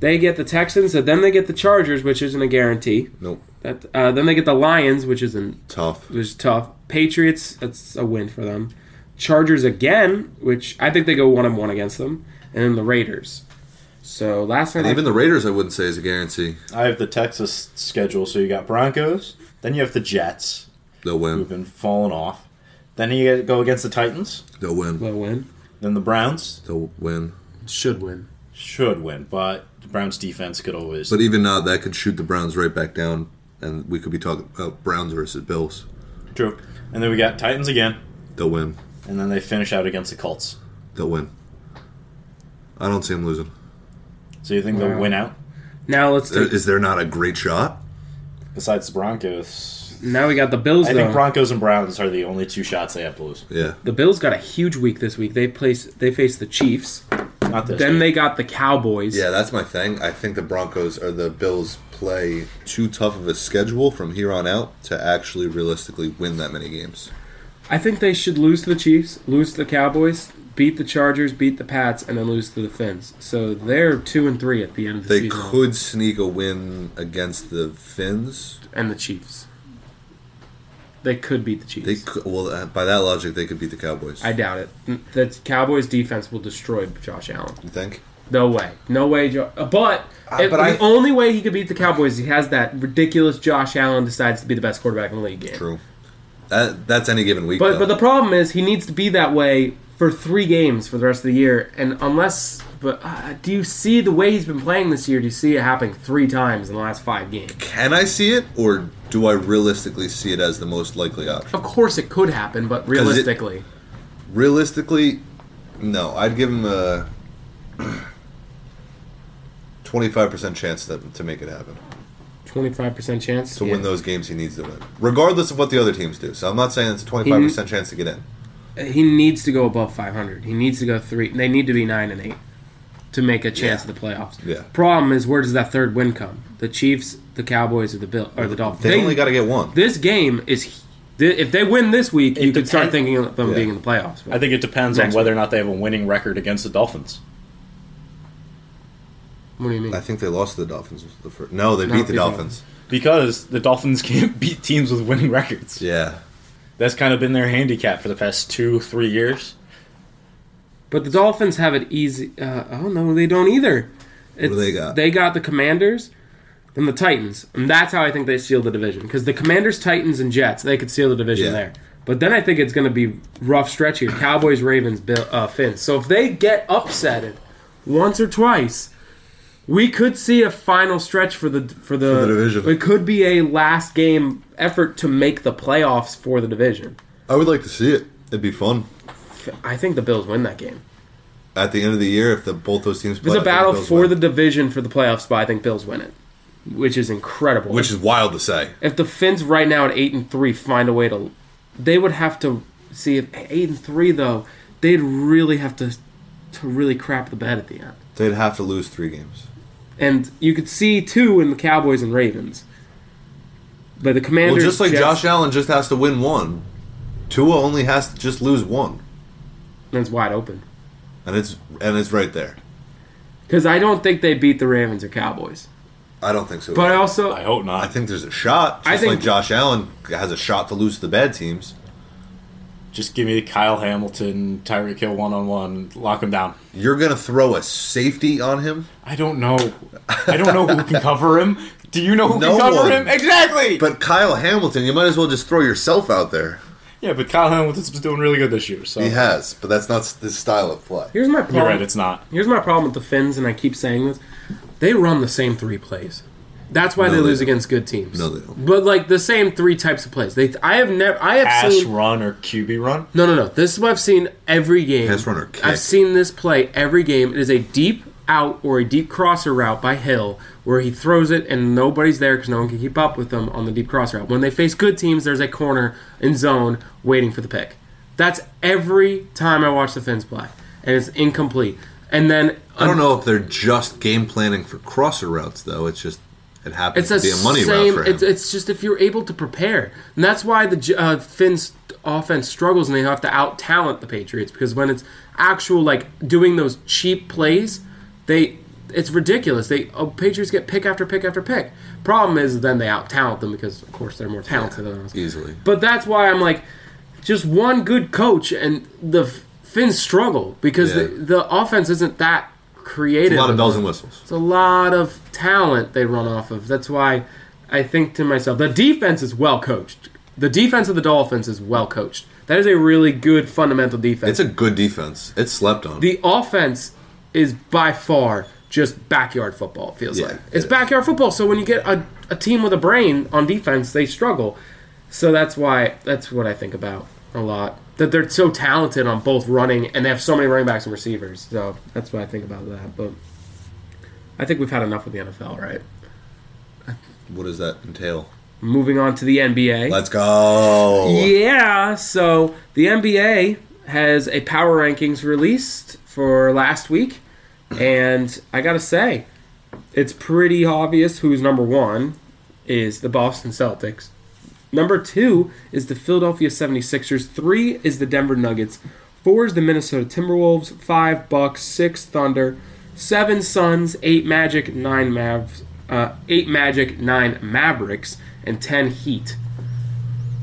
Speaker 1: they get the Texans, and then they get the Chargers, which isn't a guarantee.
Speaker 2: Nope.
Speaker 1: That uh, then they get the Lions, which isn't
Speaker 2: Tough.
Speaker 1: which is tough. Patriots, that's a win for them. Chargers again, which I think they go one and one against them, and then the Raiders. So last night,
Speaker 2: And even the Raiders, I wouldn't say is a guarantee.
Speaker 3: I have the Texas schedule, so you got Broncos, then you have the Jets,
Speaker 2: They'll
Speaker 3: who've
Speaker 2: win.
Speaker 3: been falling off. Then you go against the Titans,
Speaker 2: They'll win.
Speaker 1: will win
Speaker 3: then the Browns
Speaker 2: They'll win.
Speaker 1: should win.
Speaker 3: should win, but the Browns defense could always.
Speaker 2: But even now, that could shoot the Browns right back down, and we could be talking about Browns versus Bills.
Speaker 3: True. And then we got Titans again,
Speaker 2: They'll win.
Speaker 3: and then they finish out against the Colts.
Speaker 2: They'll win. I don't see them losing.
Speaker 3: So you think
Speaker 1: Wow.
Speaker 3: they'll win out?
Speaker 1: Now let's
Speaker 2: There-
Speaker 1: take,
Speaker 2: Is there not a great shot?
Speaker 3: Besides the Broncos,
Speaker 1: now we got the Bills.
Speaker 3: I
Speaker 1: though.
Speaker 3: think Broncos and Browns are the only two shots they have to lose.
Speaker 2: Yeah.
Speaker 1: the Bills got a huge week this week. They place they face the Chiefs.
Speaker 3: Not this.
Speaker 1: Then
Speaker 3: week.
Speaker 1: they got the Cowboys.
Speaker 2: Yeah, that's my thing. I think the Broncos or the Bills play too tough of a schedule from here on out to actually realistically win that many games.
Speaker 1: I think they should lose to the Chiefs, lose to the Cowboys, beat the Chargers, beat the Pats, and then lose to the Finns. So they're two and three at the end of the
Speaker 2: They
Speaker 1: season,
Speaker 2: could sneak a win against the Finns.
Speaker 1: and the Chiefs. They could beat the Chiefs.
Speaker 2: They could, well, uh, by that logic, they could beat the Cowboys.
Speaker 1: I doubt it. The Cowboys defense will destroy Josh Allen.
Speaker 2: you think?
Speaker 1: No way. No way. Jo- but
Speaker 2: Uh,
Speaker 1: it-
Speaker 2: but
Speaker 1: the
Speaker 2: I-
Speaker 1: only way he could beat the Cowboys, he has that ridiculous Josh Allen decides to be the best quarterback in the league game.
Speaker 2: True. That that's any given week.
Speaker 1: But
Speaker 2: though.
Speaker 1: but the problem is he needs to be that way for three games for the rest of the year, and unless But uh, do you see the way he's been playing this year? Do you see it happening three times in the last five games?
Speaker 2: Can I see it, or do I realistically see it as the most likely option?
Speaker 1: Of course, it could happen, but realistically,
Speaker 2: Realistically, no. I'd give him a [clears throat] twenty-five percent chance to, to make it happen.
Speaker 1: twenty-five percent chance
Speaker 2: to
Speaker 1: Yeah.
Speaker 2: win those games he needs to win, regardless of what the other teams do. So I'm not saying it's a 25 percent chance to get in.
Speaker 1: He needs to go above five hundred. He needs to go three. They need to be nine and eight to make a chance
Speaker 2: Yeah.
Speaker 1: at the playoffs.
Speaker 2: Yeah.
Speaker 1: Problem is, where does that third win come? The Chiefs, the Cowboys, or the Bill or the Dolphins?
Speaker 2: They, only got to get one.
Speaker 1: this game is. th- If they win this week, you could start
Speaker 4: depend-
Speaker 1: thinking of them
Speaker 2: Yeah.
Speaker 1: being in the playoffs.
Speaker 4: I think it depends on
Speaker 1: Next
Speaker 4: whether or not they have a winning record against the Dolphins.
Speaker 1: what do you mean?
Speaker 2: I think they lost to the Dolphins. The first. No, they
Speaker 1: No,
Speaker 2: beat the
Speaker 1: they don't.
Speaker 2: Dolphins.
Speaker 4: Because the Dolphins [laughs] can't beat teams with winning records.
Speaker 2: Yeah,
Speaker 4: That's kind of been their handicap for the past two, three years.
Speaker 1: But the Dolphins have it easy. Uh, oh no, they don't either. It's,
Speaker 2: do they got?
Speaker 1: They got the Commanders and the Titans, and that's how I think they seal the division. Because the Commanders, Titans, and Jets, they could seal the division
Speaker 2: Yeah.
Speaker 1: there. But then I think it's going to be rough stretch here: Cowboys, Ravens, Bill, uh, Finns. So if they get upsetted once or twice, we could see a final stretch for the for the,
Speaker 2: the division.
Speaker 1: It could be a last game effort to make the playoffs for the division.
Speaker 2: I would like to see it. It'd be fun.
Speaker 1: I think the Bills win that game.
Speaker 2: At the end of the year, if the both those teams
Speaker 1: There's
Speaker 2: play,
Speaker 1: a battle for the division for the playoffs, but I think Bills win it, which is incredible.
Speaker 2: which is wild to say.
Speaker 1: if the Finns right now at eight and three find a way to, they would have to see if eight and three though, they'd really have to, to really crap the bed at the end.
Speaker 2: They'd have to lose three games.
Speaker 1: And you could see two in the Cowboys and Ravens, but the
Speaker 2: Well,
Speaker 1: Commanders
Speaker 2: just like
Speaker 1: Jets-
Speaker 2: Josh Allen just has to win one. Tua only has to just lose one,
Speaker 1: and it's wide open
Speaker 2: and it's and it's right there.
Speaker 1: because I don't think they beat the Ravens or Cowboys,
Speaker 2: I don't think so.
Speaker 1: but I also
Speaker 4: I hope
Speaker 2: I
Speaker 4: not.
Speaker 2: think there's a shot. Just
Speaker 1: I think-
Speaker 2: like Josh Allen has a shot to lose to the bad teams.
Speaker 4: Just give me Kyle Hamilton, Tyreek Hill one on one, lock him down.
Speaker 2: You're gonna throw a safety on him,
Speaker 4: I don't know. I don't know
Speaker 2: [laughs]
Speaker 4: who can cover him. Do you know who
Speaker 2: No
Speaker 4: can cover
Speaker 2: one.
Speaker 4: him? Exactly.
Speaker 2: but Kyle Hamilton, you might as well just throw yourself out there.
Speaker 4: yeah, but Kyle Hamilton's been doing really good this year. So
Speaker 2: He has, but that's not his style of play.
Speaker 1: here's my problem.
Speaker 4: you're right. It's not.
Speaker 1: Here's my problem with the Finns, and I keep saying this: they run the same three plays. That's why they,
Speaker 2: they
Speaker 1: lose
Speaker 2: don't.
Speaker 1: against good teams.
Speaker 2: No, they don't.
Speaker 1: But like the same three types of plays. They, I have never, I have
Speaker 4: Pass
Speaker 1: seen.
Speaker 4: run or QB run.
Speaker 1: No, no, no. This is what I've seen every game.
Speaker 2: Pass run or kick.
Speaker 1: I've seen this play every game. It is a deep out or a deep crosser route by Hill where he throws it and nobody's there because no one can keep up with them on the deep cross route. When they face good teams, there's a corner in zone waiting for the pick. That's every time I watch the Finns play, and it's incomplete. And then
Speaker 2: I don't know if they're just game planning for crosser routes though. It's just it happens
Speaker 1: It's the
Speaker 2: to be a money
Speaker 1: same.
Speaker 2: route for him.
Speaker 1: It's, it's just if you're able to prepare, and that's why the J- uh, Finns offense struggles, and they have to out talent the Patriots because when it's actual like doing those cheap plays, they it's ridiculous. They oh, Patriots get pick after pick after pick. Problem is, then they out talent them because of course they're more talented than us
Speaker 2: Easily.
Speaker 1: But that's why I'm like, just one good coach and the F- Finns struggle because
Speaker 2: Yeah.
Speaker 1: the, the offense isn't that creative.
Speaker 2: a lot of bells and whistles.
Speaker 1: It's a lot of talent they run off of. That's why I think to myself, the defense is well coached. The defense of the Dolphins is well coached. That is a really good fundamental defense.
Speaker 2: It's a good defense. It's slept on.
Speaker 1: the offense is by far just backyard football. It feels
Speaker 2: Yeah,
Speaker 1: like
Speaker 2: it
Speaker 1: it's
Speaker 2: is.
Speaker 1: backyard football. So when you get a, a team with a brain on defense, they struggle. So that's why that's what I think about a lot. That they're so talented on both running, and they have so many running backs and receivers. So that's what I think about that. But I think we've had enough with the NFL, right?
Speaker 2: what does that entail?
Speaker 1: Moving on to the NBA.
Speaker 2: Let's go.
Speaker 1: Yeah, so the NBA has a power rankings released for last week, and I gotta say, it's pretty obvious who's number one is the Boston Celtics. Number two is the Philadelphia 76ers. Three is the Denver Nuggets. Four is the Minnesota Timberwolves. Five Bucks. Six Thunder. Seven Suns. Eight Magic. Nine Mavs. Uh, eight Magic. Nine Mavericks. And ten Heat.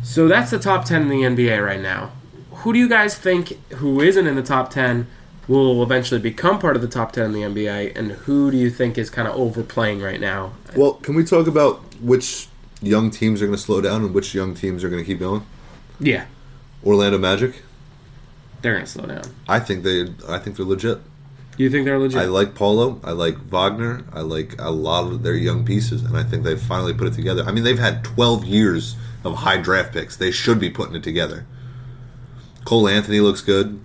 Speaker 1: So that's the top 10 in the NBA right now. Who do you guys think who isn't in the top 10 will eventually become part of the top 10 in the NBA and who do you think is kind of overplaying right now?
Speaker 2: Well, can we talk about which young teams are going to slow down and which young teams are going to keep going?
Speaker 1: Yeah,
Speaker 2: Orlando Magic.
Speaker 1: they're going to slow down.
Speaker 2: I think they. I think they're legit.
Speaker 1: You think they're legit?
Speaker 2: I like Paulo. I like Wagner. I like a lot of their young pieces, and I think they finally put it together. I mean, they've had 12 years of high draft picks. They should be putting it together. Cole Anthony looks good.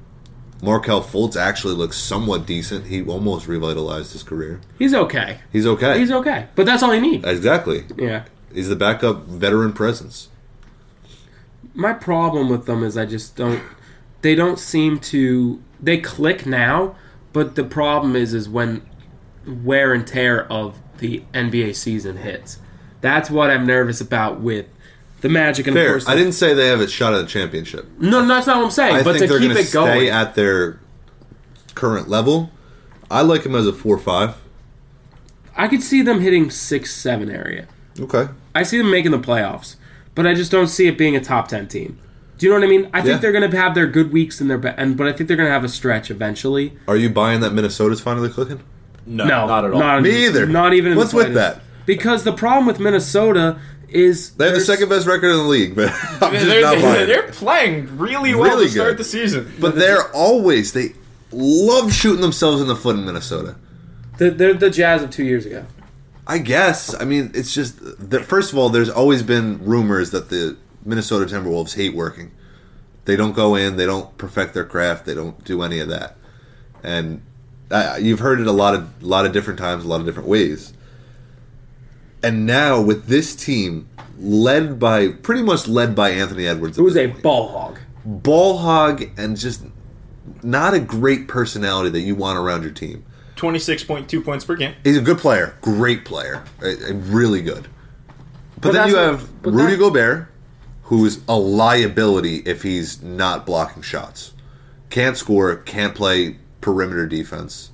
Speaker 2: Markel Fultz actually looks somewhat decent. He almost revitalized his career.
Speaker 1: He's okay.
Speaker 2: He's okay.
Speaker 1: He's okay. But that's all you
Speaker 2: Uh,
Speaker 1: need.
Speaker 2: exactly.
Speaker 1: Yeah.
Speaker 2: He's the backup veteran presence.
Speaker 1: my problem with them is I just don't. They don't seem to. They click now, but the problem is is when wear and tear of the NBA season hits. That's what I'm nervous about with the Magic and of
Speaker 2: Fair.
Speaker 1: course.
Speaker 2: I didn't say they have a shot at a championship.
Speaker 1: no, no, that's not what I'm saying.
Speaker 2: I
Speaker 1: but
Speaker 2: think
Speaker 1: to
Speaker 2: they're
Speaker 1: keep
Speaker 2: going to
Speaker 1: it
Speaker 2: stay
Speaker 1: going,
Speaker 2: at their current level. I like him as a four-five.
Speaker 1: I could see them hitting six, seven area.
Speaker 2: Okay.
Speaker 1: I see them making the playoffs, but I just don't see it being a top ten team. Do you know what I mean? I think
Speaker 2: Yeah.
Speaker 1: they're going to have their good weeks and their ba- and, but I think they're going to have a stretch eventually.
Speaker 2: Are you buying that Minnesota's finally clicking?
Speaker 4: No,
Speaker 1: No,
Speaker 4: not at all.
Speaker 1: Not
Speaker 2: Me either.
Speaker 1: Not even. in the
Speaker 2: What's with
Speaker 1: slightest.
Speaker 2: that?
Speaker 1: Because the problem with Minnesota is
Speaker 2: They have the
Speaker 1: there's-
Speaker 2: second best record in the league,
Speaker 4: [laughs]
Speaker 2: but I'm just
Speaker 4: [laughs] They're,
Speaker 2: not
Speaker 4: they're,
Speaker 2: buying.
Speaker 4: they're
Speaker 2: it.
Speaker 4: playing really well
Speaker 2: Really
Speaker 4: to start
Speaker 2: good.
Speaker 4: the season.
Speaker 2: But they're always they love shooting themselves in the foot in Minnesota.
Speaker 1: They're, they're the Jazz of two years ago.
Speaker 2: I guess. I mean, it's just that first of all, there's always been rumors that the Minnesota Timberwolves hate working. They don't go in. They don't perfect their craft. They don't do any of that. And uh, you've heard it a lot of lot of different times, a lot of different ways. And now with this team led by pretty much led by Anthony Edwards,
Speaker 1: It was a ball hog.
Speaker 2: ball hog and just not a great personality that you want around your team.
Speaker 4: Twenty six point two points per game.
Speaker 2: He's a good player, great player, uh, uh, really good.
Speaker 1: But
Speaker 2: But, then
Speaker 1: that's
Speaker 2: you
Speaker 1: what-
Speaker 2: have
Speaker 1: but
Speaker 2: Rudy
Speaker 1: that-
Speaker 2: Gobert, who is a liability if he's not blocking shots. Can't score, can't play perimeter defense,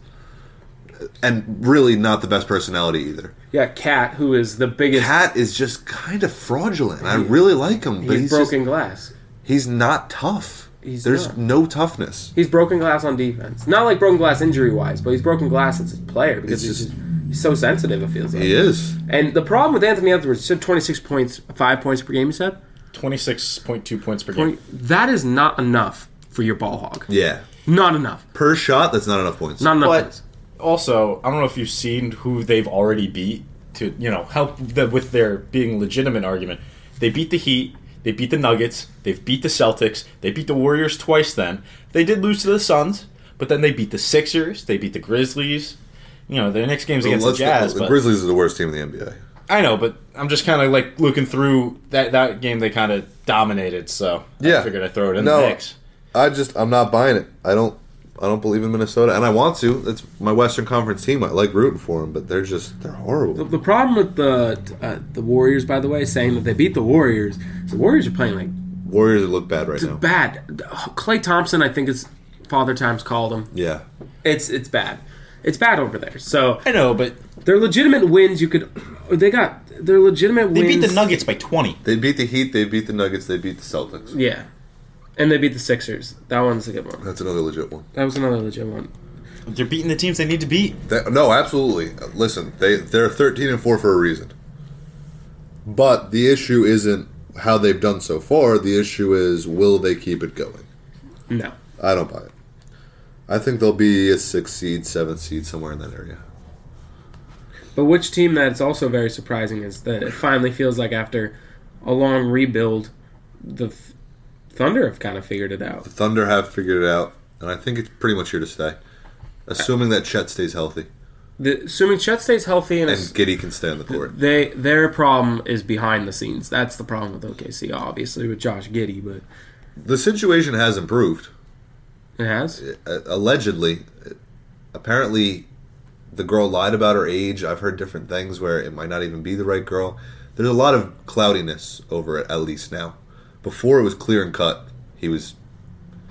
Speaker 2: and really not the best personality either.
Speaker 1: Yeah, Cat, who is the biggest.
Speaker 2: Cat is just kind of fraudulent. I really like him, but
Speaker 1: he's,
Speaker 2: he's, just-
Speaker 1: broken glass.
Speaker 2: he's not tough.
Speaker 1: He's
Speaker 2: There's
Speaker 1: not.
Speaker 2: no toughness.
Speaker 1: He's broken glass on defense. Not like broken glass injury wise, but he's broken glass as a player because
Speaker 2: It's
Speaker 1: he's,
Speaker 2: just-
Speaker 1: just- he's so sensitive. It feels like.
Speaker 2: He is.
Speaker 1: And the problem with Anthony Edwards said twenty six points, five points per game. You said
Speaker 4: Twenty six point two points per game.
Speaker 1: Twenty- that is not enough for your ball hog.
Speaker 2: Yeah.
Speaker 1: Not enough.
Speaker 2: per shot, that's not enough points.
Speaker 1: Not enough.
Speaker 4: But also, I don't know if you've seen who they've already beat to you know help the, with their being legitimate argument. They beat the Heat. They beat the Nuggets. They've beat the Celtics. They beat the Warriors twice. Then they did lose to the Suns, but then they beat the Sixers. They beat the Grizzlies. You know their next game's against the
Speaker 2: Let's-
Speaker 4: Jazz.
Speaker 2: the
Speaker 4: but
Speaker 2: Grizzlies are the worst team in the NBA.
Speaker 4: I know, but I'm just kind of like looking through that that game. They kind of dominated, so
Speaker 2: Yeah.
Speaker 4: I figured I'd throw it in
Speaker 2: No.
Speaker 4: the mix.
Speaker 2: I just I'm not buying it. I don't I don't believe in Minnesota, and I want to. That's my Western Conference team. I like rooting for them, but they're just they're horrible.
Speaker 1: The problem with the uh, the Warriors, by the way, saying that they beat the Warriors, is the Warriors are playing like
Speaker 2: Warriors look bad right now.
Speaker 1: bad. Clay Thompson, I think his father times called him.
Speaker 2: Yeah,
Speaker 1: It's it's bad. It's bad over there. So
Speaker 4: I know, but
Speaker 1: they're legitimate wins. You could they got they're legitimate
Speaker 4: they
Speaker 1: wins.
Speaker 4: beat the Nuggets by 20.
Speaker 2: they beat the Heat, they beat the Nuggets, they beat the Celtics.
Speaker 1: Yeah, and they beat the Sixers. That one's a good one.
Speaker 2: That's another legit one.
Speaker 1: That was another legit one.
Speaker 4: They're beating the teams they need to beat.
Speaker 2: They- no, absolutely. Listen, they they're thirteen and four for a reason. But the issue isn't how they've done so far. The issue is will they keep it going?
Speaker 1: No,
Speaker 2: I don't buy it. I think they'll be a six seed, seven seed, somewhere in that area.
Speaker 1: but which team that's also very surprising is that it finally feels like after a long rebuild, the th- Thunder have kind of figured it out.
Speaker 2: The Thunder have figured it out, and I think it's pretty much here to stay, assuming that Chet stays healthy
Speaker 1: The, assuming Chet stays healthy and,
Speaker 2: and
Speaker 1: is,
Speaker 2: Giddy can stay on the court.
Speaker 1: they their problem is behind the scenes. That's the problem with OKC, obviously with Josh Giddy, but
Speaker 2: The situation has improved,
Speaker 1: it has.
Speaker 2: uh, allegedly. Apparently, the girl lied about her age. I've heard different things where it might not even be the right girl. There's a lot of cloudiness over it, at least now. Before it was clear and cut, he was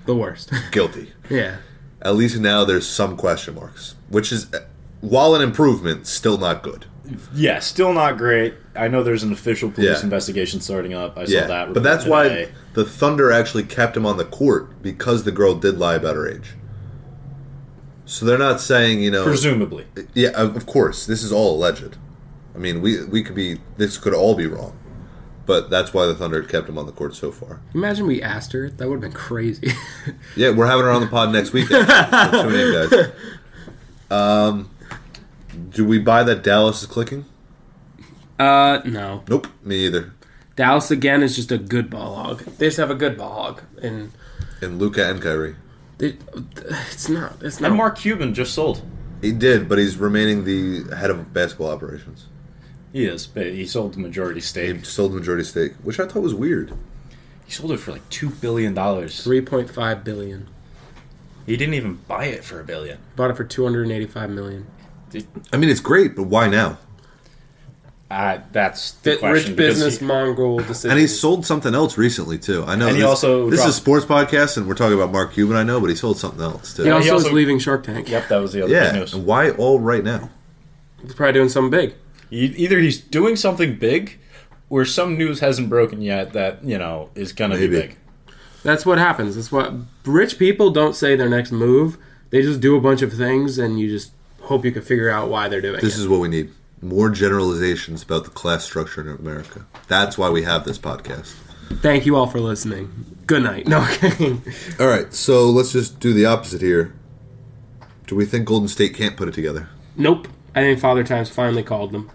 Speaker 1: The worst. [laughs]
Speaker 2: guilty.
Speaker 1: yeah.
Speaker 2: At least now there's some question marks, which is, uh, while an improvement, still not good.
Speaker 4: Yeah, still not great. I know there's an official police
Speaker 2: Yeah.
Speaker 4: investigation starting up. I saw that.
Speaker 2: But
Speaker 4: report
Speaker 2: that's why
Speaker 4: today.
Speaker 2: the Thunder actually kept him on the court because the girl did lie about her age. So they're not saying, you know,
Speaker 4: Presumably.
Speaker 2: yeah, of of course, this is all alleged. I mean, we we could be this could all be wrong. But that's why the Thunder kept him on the court so far.
Speaker 1: Imagine we asked her. That would have been crazy. [laughs]
Speaker 2: Yeah, we're having her on the pod next week. actually, so Tune in, guys. Um, Do we buy that Dallas is clicking?
Speaker 1: Uh, no.
Speaker 2: Nope, me either.
Speaker 1: Dallas again is just a good ball hog. They just have a good ball hog, and
Speaker 2: And Luca and Kyrie.
Speaker 1: they, it's not. It's not.
Speaker 4: And Mark Cuban just sold.
Speaker 2: He did, but he's remaining the head of basketball operations.
Speaker 4: He is, but he sold the majority stake.
Speaker 2: He sold the majority stake, which I thought was weird.
Speaker 4: He sold it for like two billion dollars.
Speaker 1: Three point five billion.
Speaker 4: He didn't even buy it for a billion.
Speaker 1: Bought it for two hundred and eighty-five million.
Speaker 2: I mean, it's great, but why now?
Speaker 4: Uh, that's the
Speaker 1: That
Speaker 4: question.
Speaker 1: rich
Speaker 4: because
Speaker 1: business
Speaker 4: he-
Speaker 1: mongrel decision.
Speaker 2: And he sold something else recently too. I know.
Speaker 4: And he
Speaker 2: this,
Speaker 4: also
Speaker 2: this is
Speaker 4: dropped-
Speaker 2: a sports podcast, and we're talking about Mark Cuban. I know, but he sold something else too.
Speaker 1: He also,
Speaker 4: he
Speaker 1: is
Speaker 4: also-
Speaker 1: leaving Shark Tank.
Speaker 4: yep, that was the other
Speaker 2: yeah.
Speaker 4: big news.
Speaker 2: And why all right now?
Speaker 1: He's probably doing something big.
Speaker 4: E- Either he's doing something big, or some news hasn't broken yet that you know is gonna
Speaker 2: Maybe.
Speaker 4: be big.
Speaker 1: That's what happens. That's what rich people don't say their next move. They just do a bunch of things, and you just hope you can figure out why they're doing
Speaker 2: This
Speaker 1: it.
Speaker 2: is what we need: more generalizations about the class structure in America. That's why we have this podcast.
Speaker 1: Thank you all for listening. Good night. No, okay.
Speaker 2: All right, so let's just do the opposite here. Do we think Golden State can't put it together?
Speaker 1: nope. I think Father Time's finally called them.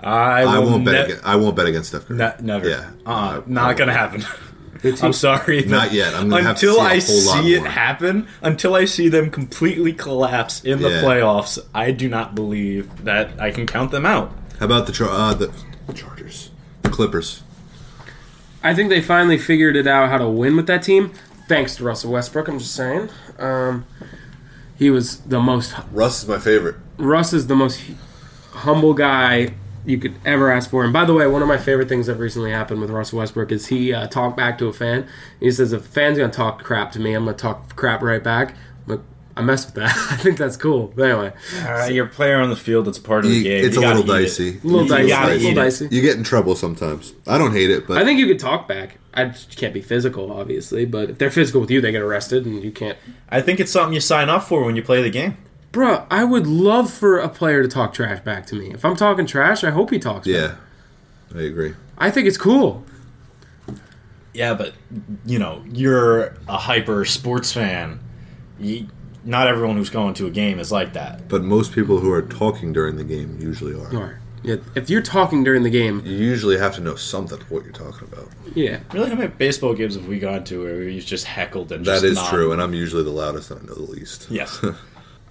Speaker 4: I,
Speaker 2: I
Speaker 4: will
Speaker 2: won't bet.
Speaker 4: ne-
Speaker 2: against, I won't bet against Steph Curry.
Speaker 4: ne- never.
Speaker 2: Yeah.
Speaker 4: Uh,
Speaker 2: I-
Speaker 4: not
Speaker 2: I
Speaker 4: gonna happen. [laughs]
Speaker 1: The team-
Speaker 4: I'm sorry.
Speaker 2: Not yet. I'm gonna have to
Speaker 4: until
Speaker 2: see a whole
Speaker 4: I
Speaker 2: lot
Speaker 4: see it
Speaker 2: more.
Speaker 4: happen. Until I see them completely collapse in the
Speaker 2: Yeah.
Speaker 4: playoffs, I do not believe that I can count them out.
Speaker 2: How about the, char- uh, the Chargers, the Clippers?
Speaker 1: I think they finally figured it out how to win with that team, thanks to Russell Westbrook. I'm just saying, um, he was the most
Speaker 2: Russ is my favorite.
Speaker 1: Russ is the most humble guy you could ever ask for. And by the way, one of my favorite things that recently happened with Russell Westbrook is he uh, talked back to a fan. He says, "If a fan's gonna talk crap to me, I'm gonna talk crap right back." I'm like, I messed with that. [laughs] I think that's cool. But anyway,
Speaker 4: Uh, your player on the field. It's part of the
Speaker 2: You-
Speaker 4: game.
Speaker 2: it's
Speaker 4: You
Speaker 2: a
Speaker 4: gotta
Speaker 2: little
Speaker 4: eat it.
Speaker 2: dicey.
Speaker 1: a little
Speaker 4: You
Speaker 1: dicey,
Speaker 4: gotta
Speaker 1: a
Speaker 4: eat
Speaker 1: little
Speaker 4: it.
Speaker 1: dicey.
Speaker 2: You get in trouble sometimes. I don't hate it, but
Speaker 1: I think you could talk back. I just can't be physical, obviously, but if they're physical with you, they get arrested, and you can't
Speaker 4: I think it's something you sign up for when you play the game.
Speaker 1: Bruh, I would love for a player to talk trash back to me. If I'm talking trash, I hope he talks. back.
Speaker 2: yeah, I agree.
Speaker 1: I think it's cool.
Speaker 4: Yeah, but you know, you're a hyper sports fan. You, not everyone who's going to a game is like that.
Speaker 2: But most people who are talking during the game usually are.
Speaker 1: Or, yeah, if you're talking during the game,
Speaker 2: You usually have to know something what you're talking about.
Speaker 1: yeah.
Speaker 4: Really, how many baseball games have we gone to where we've just heckled and just
Speaker 2: that is
Speaker 4: not-
Speaker 2: true, and I'm usually the loudest and I know the least.
Speaker 4: Yes.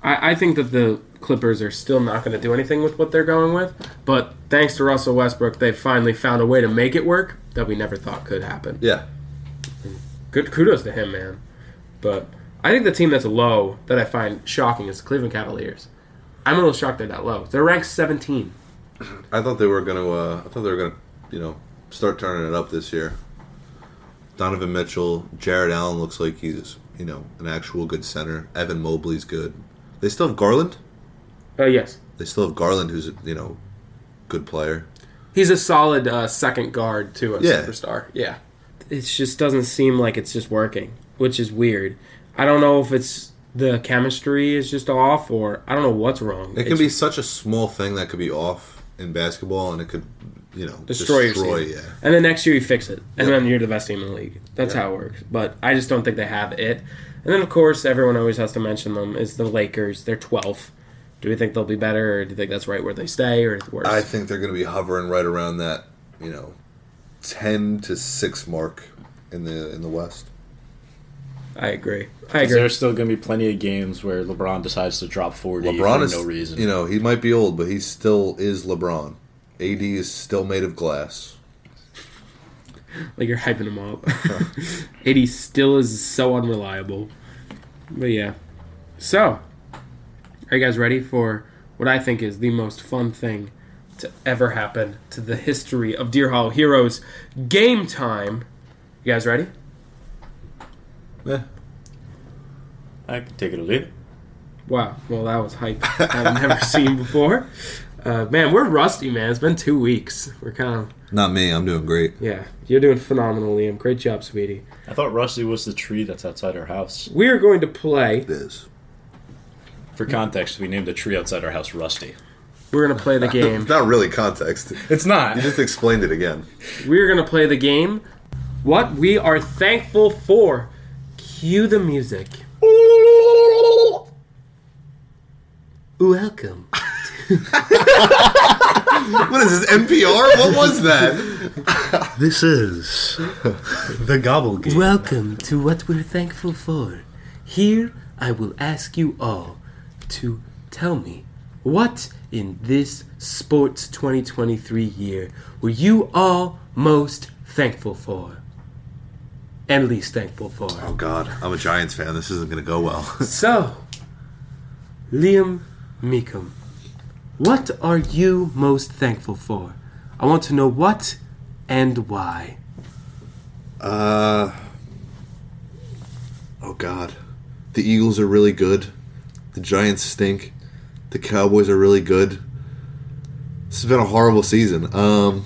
Speaker 1: I, I think that the Clippers are still not going to do anything with what they're going with. But thanks to Russell Westbrook, they finally found a way to make it work that we never thought could happen.
Speaker 2: Yeah.
Speaker 1: Good kudos to him, man. But I think the team that's low that I find shocking is the Cleveland Cavaliers. I'm a little shocked they're that low. They're ranked 17.
Speaker 2: I thought they were gonna. Uh, I thought they were gonna, you know, start turning it up this year. Donovan Mitchell, Jared Allen looks like he's, you know, an actual good center. Evan Mobley's good. They still have Garland.
Speaker 1: Oh, yes.
Speaker 2: They still have Garland, who's a, you know, good player.
Speaker 1: He's a solid uh, second guard to a
Speaker 2: Yeah.
Speaker 1: superstar. Yeah. It just doesn't seem like it's just working, which is weird. I don't know if it's the chemistry is just off or I don't know what's wrong.
Speaker 2: It can be such a small thing that could be off in basketball, and it could, you know,
Speaker 1: destroy, your team.
Speaker 2: yeah.
Speaker 1: And then next year you fix it, and
Speaker 2: Yeah.
Speaker 1: then you're the best team in the league. That's how it works. But I just don't think they have it. And then of course everyone always has to mention them is the Lakers. They're 12th. Do we think they'll be better, or do you think that's right where they stay, or it's worse?
Speaker 2: I think they're going to be hovering right around that, you know, ten to six mark in the in the West.
Speaker 1: I agree. I agree.
Speaker 4: There's still going to be plenty of games where LeBron decides to drop 40
Speaker 2: LeBron
Speaker 4: for
Speaker 2: is
Speaker 4: no reason.
Speaker 2: You know, he might be old, but he still is LeBron. AD is still made of glass.
Speaker 1: Like you're hyping him up. [laughs] Eighty still is so unreliable. But yeah. So, are you guys ready for what I think is the most fun thing to ever happen to the history of Deer Hollow Heroes? Game time. You guys ready?
Speaker 2: Eh,
Speaker 4: I can take it or leave it.
Speaker 1: Wow. Well, that was hype I've never seen before. Uh, man, we're rusty, man. It's been two weeks. We're kind of
Speaker 2: not me. I'm doing great.
Speaker 1: yeah. You're doing phenomenal, Liam. Great job, sweetie.
Speaker 4: I thought Rusty was the tree that's outside our house.
Speaker 1: We are going to play.
Speaker 2: It is.
Speaker 4: For context, we named the tree outside our house Rusty.
Speaker 1: We're going to play the game.
Speaker 2: Not really context. [laughs]
Speaker 4: It's not.
Speaker 2: Just explained it
Speaker 4: [laughs]
Speaker 2: again.
Speaker 1: We're going to play the game What We Are Thankful For. Cue the music. Welcome.
Speaker 2: What is this NPR? What was that?
Speaker 5: [laughs] This is the Gobble Game.
Speaker 1: Welcome to what we're thankful for. Here I will ask you all to tell me what in this sports 2023 year were you all most thankful for? And least thankful for.
Speaker 2: Oh God, I'm a Giants fan. This isn't gonna go well.
Speaker 1: So, Liam Meekum, what are you most thankful for? I want to know what and why.
Speaker 2: Uh, oh God, the Eagles are really good. The Giants stink. The Cowboys are really good. This has been a horrible season. Um,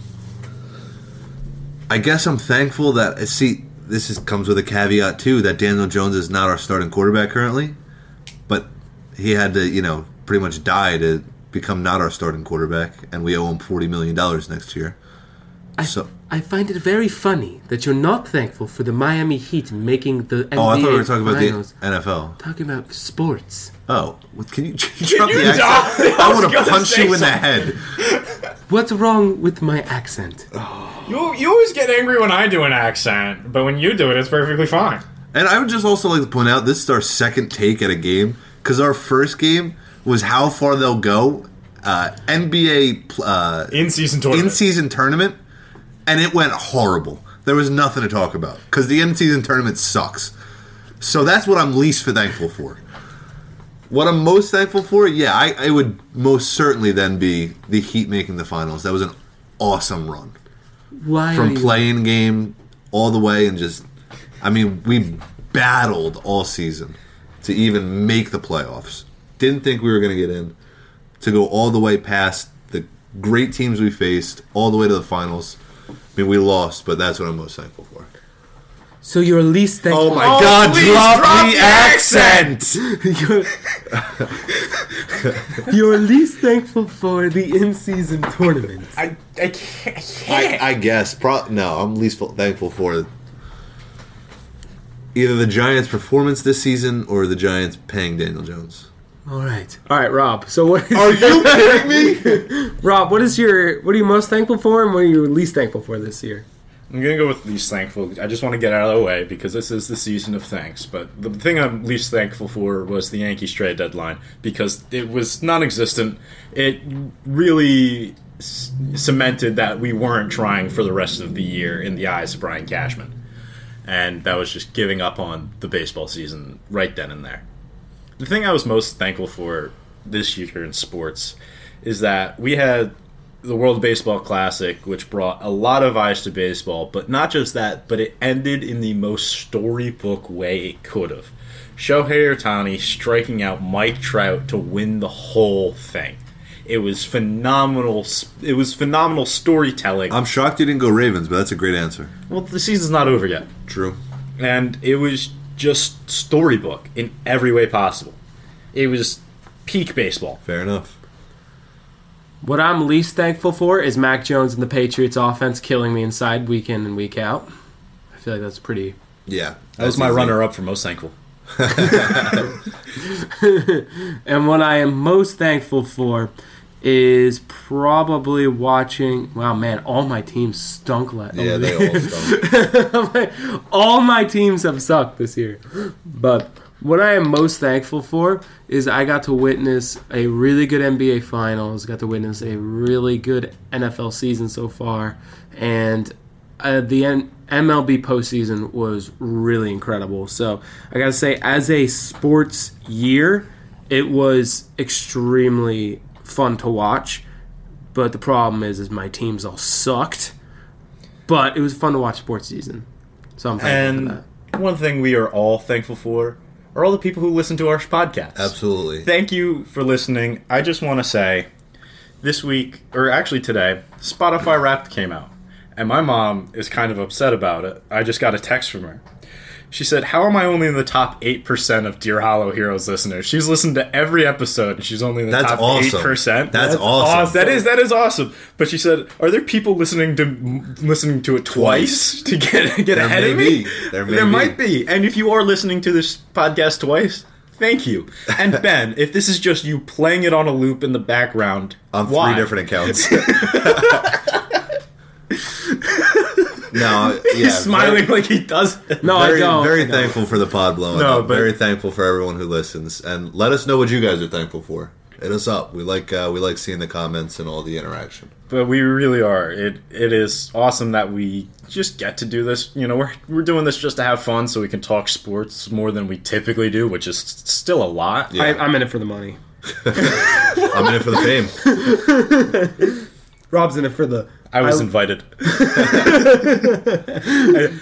Speaker 2: I guess I'm thankful that I see. This is, comes with a caveat too that Daniel Jones is not our starting quarterback currently, but he had to you know pretty much die to become not our starting quarterback, and we owe him forty million dollars next year. so
Speaker 1: I find it very funny that you're not thankful for the Miami Heat making the NBA
Speaker 2: Oh, I thought we were talking about
Speaker 1: finals.
Speaker 2: the NFL.
Speaker 1: Talking about sports.
Speaker 2: Oh, well, can you, [laughs] can you drop
Speaker 4: you
Speaker 2: the accent?
Speaker 4: drop it? I
Speaker 2: I
Speaker 4: was
Speaker 2: want to
Speaker 4: gonna
Speaker 2: punch
Speaker 4: say
Speaker 2: you in the head.
Speaker 1: What's wrong with my accent?
Speaker 4: You, you always get angry when I do an accent, but when you do it, it's perfectly fine.
Speaker 2: And I would just also like to point out this is our second take at a game because our first game was how far they'll go uh, NBA pl- uh,
Speaker 4: In season
Speaker 2: in
Speaker 4: tournament.
Speaker 2: season tournament, and it went horrible. There was nothing to talk about because the in season tournament sucks. So that's what I'm least thankful for. What I'm most thankful for, yeah, I, I would most certainly then be the Heat making the finals. That was an awesome run.
Speaker 1: Why are
Speaker 2: from
Speaker 1: you-
Speaker 2: playing game all the way and just I mean we battled all season to even make the playoffs. Didn't think we were going to get in to go all the way past the great teams we faced all the way to the finals. I mean we lost, but that's what I'm most thankful for.
Speaker 1: So you're least thankful.
Speaker 2: Oh my god,
Speaker 4: please
Speaker 2: drop,
Speaker 4: drop
Speaker 2: the,
Speaker 4: the
Speaker 1: [laughs]
Speaker 2: accent.
Speaker 1: you're, you're least thankful for the in-season tournament.
Speaker 4: I, I can't. I can't.
Speaker 2: I, I guess pro- no, I'm least thankful for either the Giants' performance this season or the Giants paying Daniel Jones.
Speaker 1: All right, all right, Rob. So what? Is,
Speaker 2: Are you kidding me?
Speaker 1: Rob, what is your? What are you most thankful for, and what are you least thankful for this year?
Speaker 4: I'm gonna go with least thankful. I just want to get out of the way because this is the season of thanks. But the thing I'm least thankful for was the Yankees trade deadline because it was non-existent. It really c- cemented that we weren't trying for the rest of the year in the eyes of Brian Cashman, and that was just giving up on the baseball season right then and there. The thing I was most thankful for this year in sports is that we had the World Baseball Classic, which brought a lot of eyes to baseball, but not just that, but it ended in the most storybook way it could have. Shohei Otani striking out Mike Trout to win the whole thing. It was phenomenal. s- It was phenomenal
Speaker 2: [laughs]
Speaker 4: storytelling.
Speaker 2: I'm shocked you didn't go Ravens, but that's a great answer.
Speaker 4: well, the season's not over yet
Speaker 2: True.
Speaker 4: and it was just storybook in every way possible. It was peak baseball.
Speaker 2: Fair enough.
Speaker 1: What I'm least thankful for is Mac Jones and the Patriots offense killing me inside week in and week out. I feel like that's pretty
Speaker 2: Yeah.
Speaker 4: That was my runner-up for most thankful.
Speaker 1: And what I am most thankful for is probably watching. Wow, man, all my teams stunk last. [laughs]
Speaker 2: Yeah, they all stunk.
Speaker 1: all my teams have sucked this year. But what I am most thankful for is I got to witness a really good NBA Finals, got to witness a really good NFL season so far, and uh, the N- MLB postseason was really incredible. So I got to say, as a sports year, it was extremely fun to watch. But the problem is, is my teams all sucked. But it was fun to watch sports season. So I'm thankful for
Speaker 4: And one thing we are all thankful for are all the people who listen to our podcast.
Speaker 2: Absolutely.
Speaker 4: Thank you for listening. I just want to say, this week or actually today, Spotify Wrapped came out, and my mom is kind of upset about it. I just got a text from her. She said, "How am I only in the top eight percent of Dear Hollow Heroes listeners?" She's listened to every episode, and she's only in the
Speaker 2: That's
Speaker 4: top eight
Speaker 2: awesome.
Speaker 4: percent.
Speaker 2: That's awesome.
Speaker 4: That is that is awesome. But she said, "Are there people listening to listening to it twice to get get
Speaker 2: There
Speaker 4: ahead
Speaker 2: may
Speaker 4: of me?"
Speaker 2: be. There may
Speaker 4: might be. And if you are listening to this podcast twice, Thank you. [laughs] And Ben, if this is just you playing it on a loop in the background,
Speaker 6: on three
Speaker 4: why?
Speaker 6: different accounts. [laughs] no, yeah,
Speaker 4: He's smiling like he does.
Speaker 1: No,
Speaker 6: Very,
Speaker 1: Oh, I don't.
Speaker 6: very
Speaker 1: I don't.
Speaker 6: thankful for the pod blowing
Speaker 4: No,
Speaker 6: up.
Speaker 4: but-
Speaker 6: Very thankful for everyone who listens, and let us know what you guys are thankful for. Hit us up. We like uh, we like seeing the comments and all the interaction.
Speaker 4: But we really are. It it is awesome that we just get to do this. You know, we're we're doing this just to have fun, so we can talk sports more than we typically do, which is s- still a lot.
Speaker 6: Yeah,
Speaker 1: I, I'm in it for the money.
Speaker 6: I'm in it for the fame.
Speaker 1: Rob's in it for the.
Speaker 4: I was
Speaker 1: I-
Speaker 4: [laughs] invited.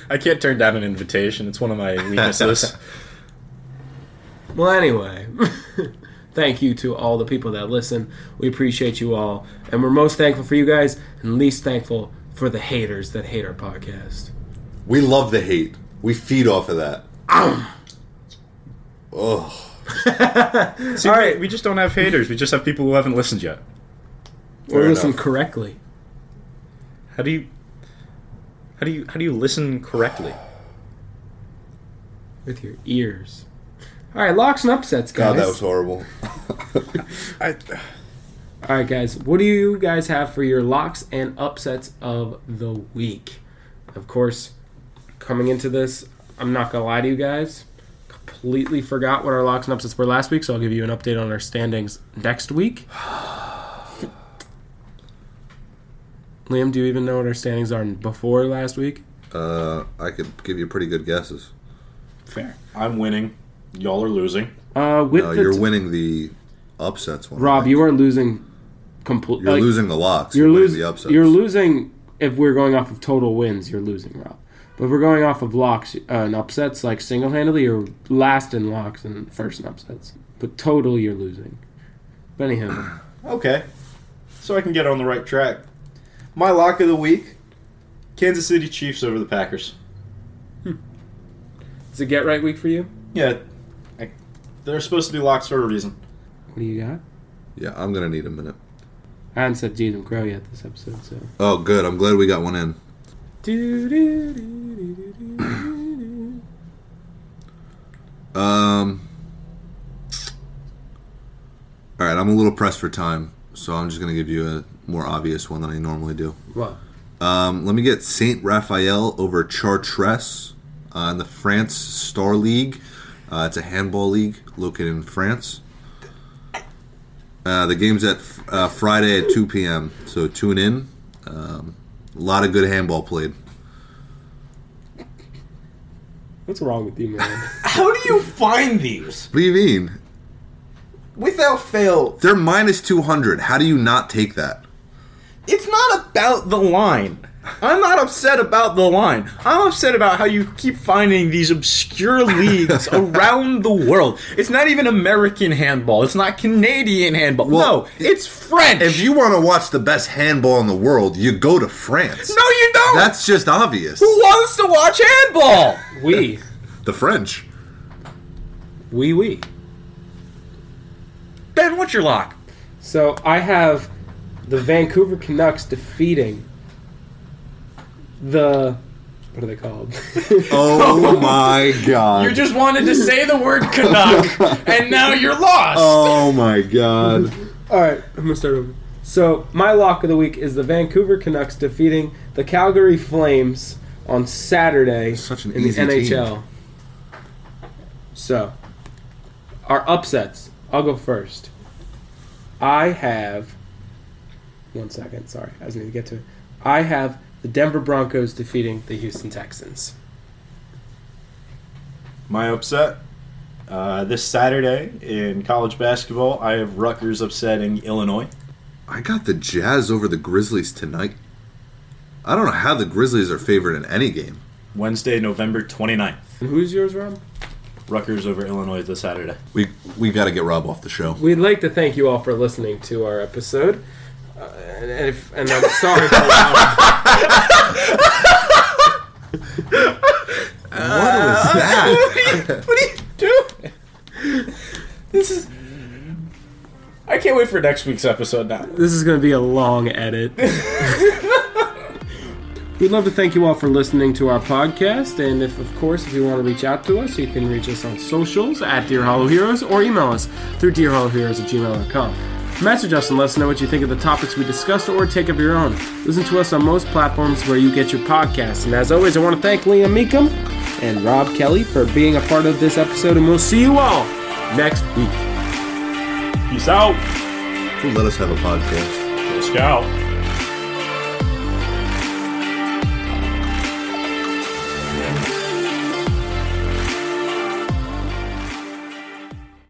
Speaker 4: I, I can't turn down an invitation. It's one of my [laughs] weaknesses.
Speaker 1: Well, anyway, [laughs] thank you to all the people that listen. We appreciate you all, and we're most thankful for you guys, and least thankful for the haters that hate our podcast.
Speaker 6: We love the hate. We feed off of that. oh,
Speaker 4: See, All right, we just don't have haters. We just have people who haven't listened yet.
Speaker 1: Or
Speaker 6: Fair
Speaker 1: listen
Speaker 6: enough.
Speaker 1: correctly.
Speaker 4: How do you? How do you? How do you listen correctly?
Speaker 1: with your ears. All right, locks and upsets, guys.
Speaker 6: God, that was horrible.
Speaker 1: All right, guys. What do you guys have for your locks and upsets of the week? Of course, coming into this, I'm not gonna lie to you guys. Completely forgot what our locks and upsets were last week, so I'll give you an update on our standings next week. [sighs] Liam, do you even know what our standings are before last week?
Speaker 2: Uh, I could give you pretty good guesses.
Speaker 1: Fair.
Speaker 3: I'm winning. Y'all are losing.
Speaker 1: Uh, with
Speaker 2: No,
Speaker 1: the
Speaker 2: you're
Speaker 1: t-
Speaker 2: winning the upsets one.
Speaker 1: Rob, you are losing. Complete.
Speaker 2: You're losing the locks.
Speaker 1: You're
Speaker 2: winning
Speaker 1: losing.
Speaker 2: the upsets.
Speaker 1: You're losing. If we're going off of total wins, you're losing, Rob. But if we're going off of locks uh, and upsets, like single handedly, you're last in locks and first in upsets. But total, you're losing. But
Speaker 2: [clears throat]
Speaker 1: anyhow,
Speaker 3: Okay. So I can get on the right track. My lock of the week Kansas City Chiefs over the Packers.
Speaker 1: it's a get right week for you.
Speaker 3: Yeah. I, they're supposed to be locks for a reason.
Speaker 1: What do you got?
Speaker 2: yeah, I'm gonna need a minute.
Speaker 1: I haven't said Jesus Crow yet this episode, so.
Speaker 2: Oh, good. I'm glad we got one in. Um. All right, I'm a little pressed for time, so I'm just gonna give you a more obvious one than I normally do.
Speaker 1: What?
Speaker 2: Um, let me get Saint Raphael over Chartres uh, in the France Star League. Uh, it's a handball league located in France. Uh, the game's at uh, Friday at 2 p.m. So tune in. Um, a lot of good handball played.
Speaker 1: What's wrong with you, man?
Speaker 3: How do you find these?
Speaker 2: What do you mean?
Speaker 3: Without fail,
Speaker 2: They're minus 200. How do you not take that?
Speaker 4: It's not about the line. I'm not upset about the line. I'm upset about how you keep finding these
Speaker 2: [laughs]
Speaker 4: obscure leagues around the world. It's not even American handball. It's not Canadian handball. no, it's French.
Speaker 2: If you want to watch the best handball in the world, you go to France.
Speaker 4: no, you don't.
Speaker 2: That's just obvious.
Speaker 4: Who wants to watch handball?
Speaker 1: we.
Speaker 2: The French.
Speaker 1: We, we.
Speaker 4: Ben, what's your lock?
Speaker 1: So I have the Vancouver Canucks defeating the. What are they called? [laughs]
Speaker 2: [laughs] Oh my god.
Speaker 4: You just wanted to say the word
Speaker 2: [laughs]
Speaker 4: Canuck, and now you're lost.
Speaker 2: Oh my god.
Speaker 1: All right, I'm gonna start over. So my lock of the week is the Vancouver Canucks defeating the Calgary Flames on Saturday
Speaker 2: Such an
Speaker 1: in the
Speaker 2: easy team.
Speaker 1: NHL. So our upsets. I'll go first. I have one second. Sorry, I just need to get to it. I have the Denver Broncos defeating the Houston Texans.
Speaker 3: My upset. Uh, this Saturday in college basketball, I have Rutgers upsetting Illinois.
Speaker 2: I got the Jazz over the Grizzlies tonight. I don't know how the Grizzlies are favored in any game.
Speaker 3: Wednesday, November 29th.
Speaker 1: And who's yours, Rob?
Speaker 3: Rutgers over Illinois this Saturday.
Speaker 2: We we got to get Rob off the show.
Speaker 1: We'd like to thank you all for listening to our episode. Uh, and, if, and I'm sorry for [laughs] allowing-
Speaker 2: what is that?
Speaker 4: What are you doing? This is. I can't wait for next week's episode now.
Speaker 1: This is going to be a long edit. [laughs] We'd love to thank you all for listening to our podcast. And if, of course, if you want to reach out to us, you can reach us on socials at Dear Hollow Heroes or email us through dearhollowheroes at gmail.com. Message us and let us know what you think of the topics we discussed or take up your own. Listen to us on most platforms where you get your podcasts. And as always, I want to thank Liam Meekum and Rob Kelly for being a part of this episode. And we'll see you all next week. Peace out.
Speaker 6: Let us have a podcast.
Speaker 4: Scout.